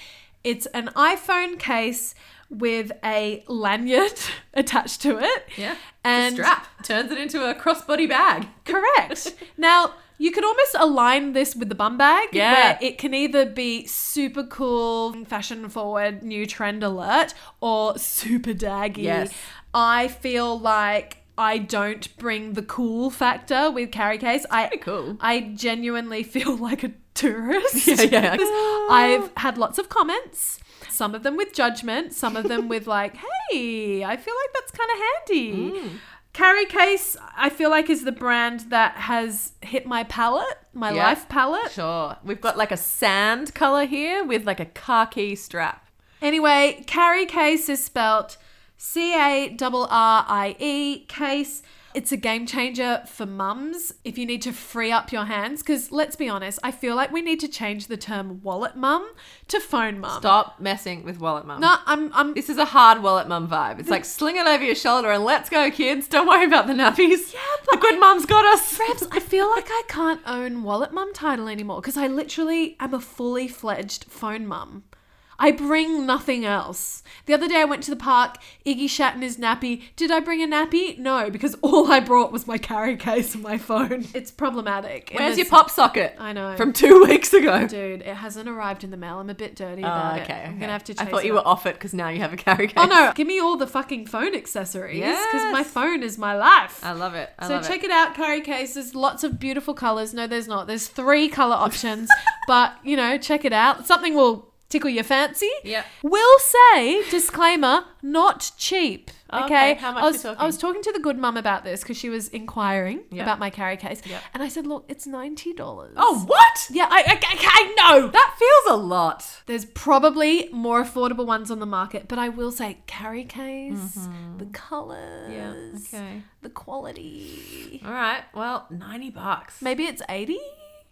it's an iPhone case with a lanyard [LAUGHS] attached to it. Yeah. And Strap turns it into a crossbody bag. Correct. now, you could almost align this with the bum bag, Yeah. where it can either be super cool, fashion forward, new trend alert, or super daggy. Yes. I feel like I don't bring the cool factor with carry case. I Pretty cool. I genuinely feel [LAUGHS] like a tourist. Yeah, yeah. [LAUGHS] Because I've had lots of comments. Some of them with judgment, some of them with like, [LAUGHS] "Hey, I feel like that's kind of handy." Mm. Carry Case, I feel like is the brand that has hit my palette, my Yeah. life palette. Sure. We've got like a sand color here with like a khaki strap. Anyway, Carry Case is spelt C A R R I E case. It's a game changer for mums if you need to free up your hands. Because let's be honest, I feel like we need to change the term wallet mum to phone mum. Stop messing with wallet mum. No, I'm, I'm This is a hard wallet mum vibe. It's [LAUGHS] like sling it over your shoulder and let's go, kids. Don't worry about the nappies. Yeah, but the good mum's got us. Perhaps I feel like I can't own Wallet Mum title anymore because I literally am a fully fledged phone mum. I bring nothing else. The other day I went to the park, Iggy shat in his nappy. Did I bring a nappy? No, because [LAUGHS] all I brought was my carry case and my phone. It's problematic. And Where's your it's- pop socket? I know. From two [LAUGHS] weeks ago. Dude, it hasn't arrived in the mail. I'm a bit dirty Oh, about okay, it. I'm okay. gonna have to I chase thought it you up. were off it because now you have a carry case. Oh no, give me all the fucking phone accessories because my Yes. phone is my [LAUGHS] life. I love it. I So love check it. it. out, Curry Case. There's lots of beautiful colours. No, there's not. There's three [LAUGHS] colour options, but you know, check it out. Something will tickle your fancy. Yeah. Will say disclaimer, not cheap. Okay. Okay, how much I we was, talking? I was talking to the good mum about this because she was inquiring Yeah. about my carry case, Yeah. and I said, look, it's ninety dollars. Oh, what? yeah, I, I, I I know. That feels a lot. There's probably more affordable ones on the market, but I will say carry case, the colours, Mm-hmm. Okay. the quality. All right. Well, 90 bucks. Maybe it's 80?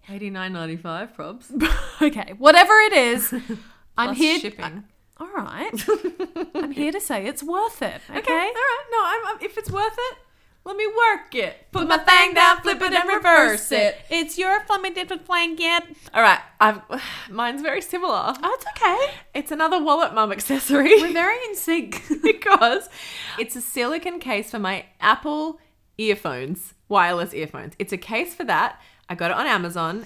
89.95 probs. [LAUGHS] okay, whatever it [LAUGHS] is, I'm Plus here. shipping. All [LAUGHS] right. okay. I'm here to say it's worth it. Okay. All right. No, I'm, I'm- if it's worth it, let me work it. Put my thing down, flip it, and reverse it. It's your flaming different blanket. All right. I've [SIGHS] mine's very similar. Oh, it's okay. It's another wallet mum accessory. [LAUGHS] We're very in sync. [LAUGHS] because it's a silicon case for my Apple earphones, wireless earphones. It's a case for that. I got it on Amazon.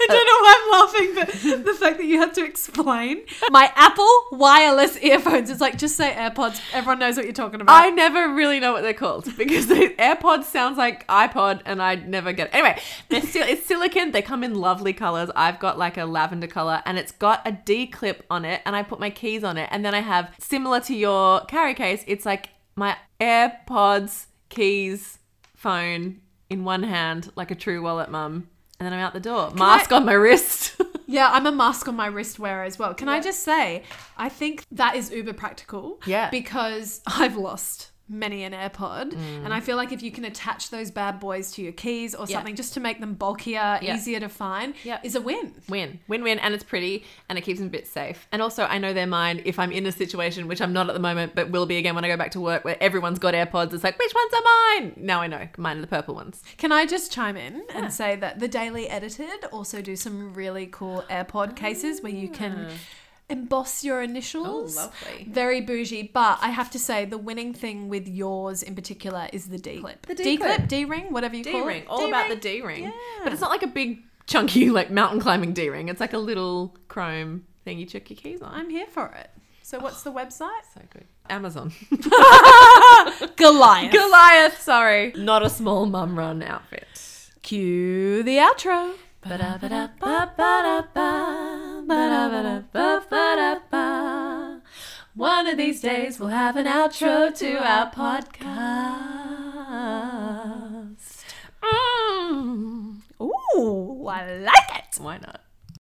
I [LAUGHS] don't know why I'm laughing, but the fact that you had to explain my Apple wireless earphones. It's like just say AirPods. Everyone knows what you're talking about. I never really know what they're called [LAUGHS] because the AirPods sounds like iPod, and I never get it. Anyway, they're still it's silicon. They come in lovely colors. I've got like a lavender color, and it's got a D clip on it, and I put my keys on it, and then I have similar to your carry case. It's like my AirPods, keys, phone in one hand, like a true wallet mum, and then I'm out the door. Mask on my wrist. [LAUGHS] Yeah, I'm a mask on my wrist wearer as well. Can I just say, I think that is uber practical. Yeah. Because [LAUGHS] I've lost many an AirPod, and I feel like if you can attach those bad boys to your keys or Mm. Yeah. something just to make them bulkier, Yeah. easier to find, Yeah. is a win. Win, win, win, and it's pretty, and it keeps them a bit safe. And also, I know they're mine if I'm in a situation which I'm not at the moment, but will be again when I go back to work, where everyone's got AirPods. It's like, which ones are mine? Now I know, mine are the purple ones. Can I just chime in and say that the Daily Edited also do some really cool Ah. AirPod cases where you can emboss your initials. Oh, lovely. Very bougie, but I have to say the winning thing with yours in particular is the D clip. The D clip, clip. D ring, whatever you D call ring, it. all about the D ring, Yeah. but it's not like a big chunky like mountain climbing D ring. It's like a little chrome thing you check your keys on. I'm here for it. So what's the website? so good. Amazon. Goliath. [LAUGHS] Goliath, sorry. Not a small mum run outfit. Cue the outro. One of these days we'll have an outro to our podcast. Mm. Ooh, I like it. Why not?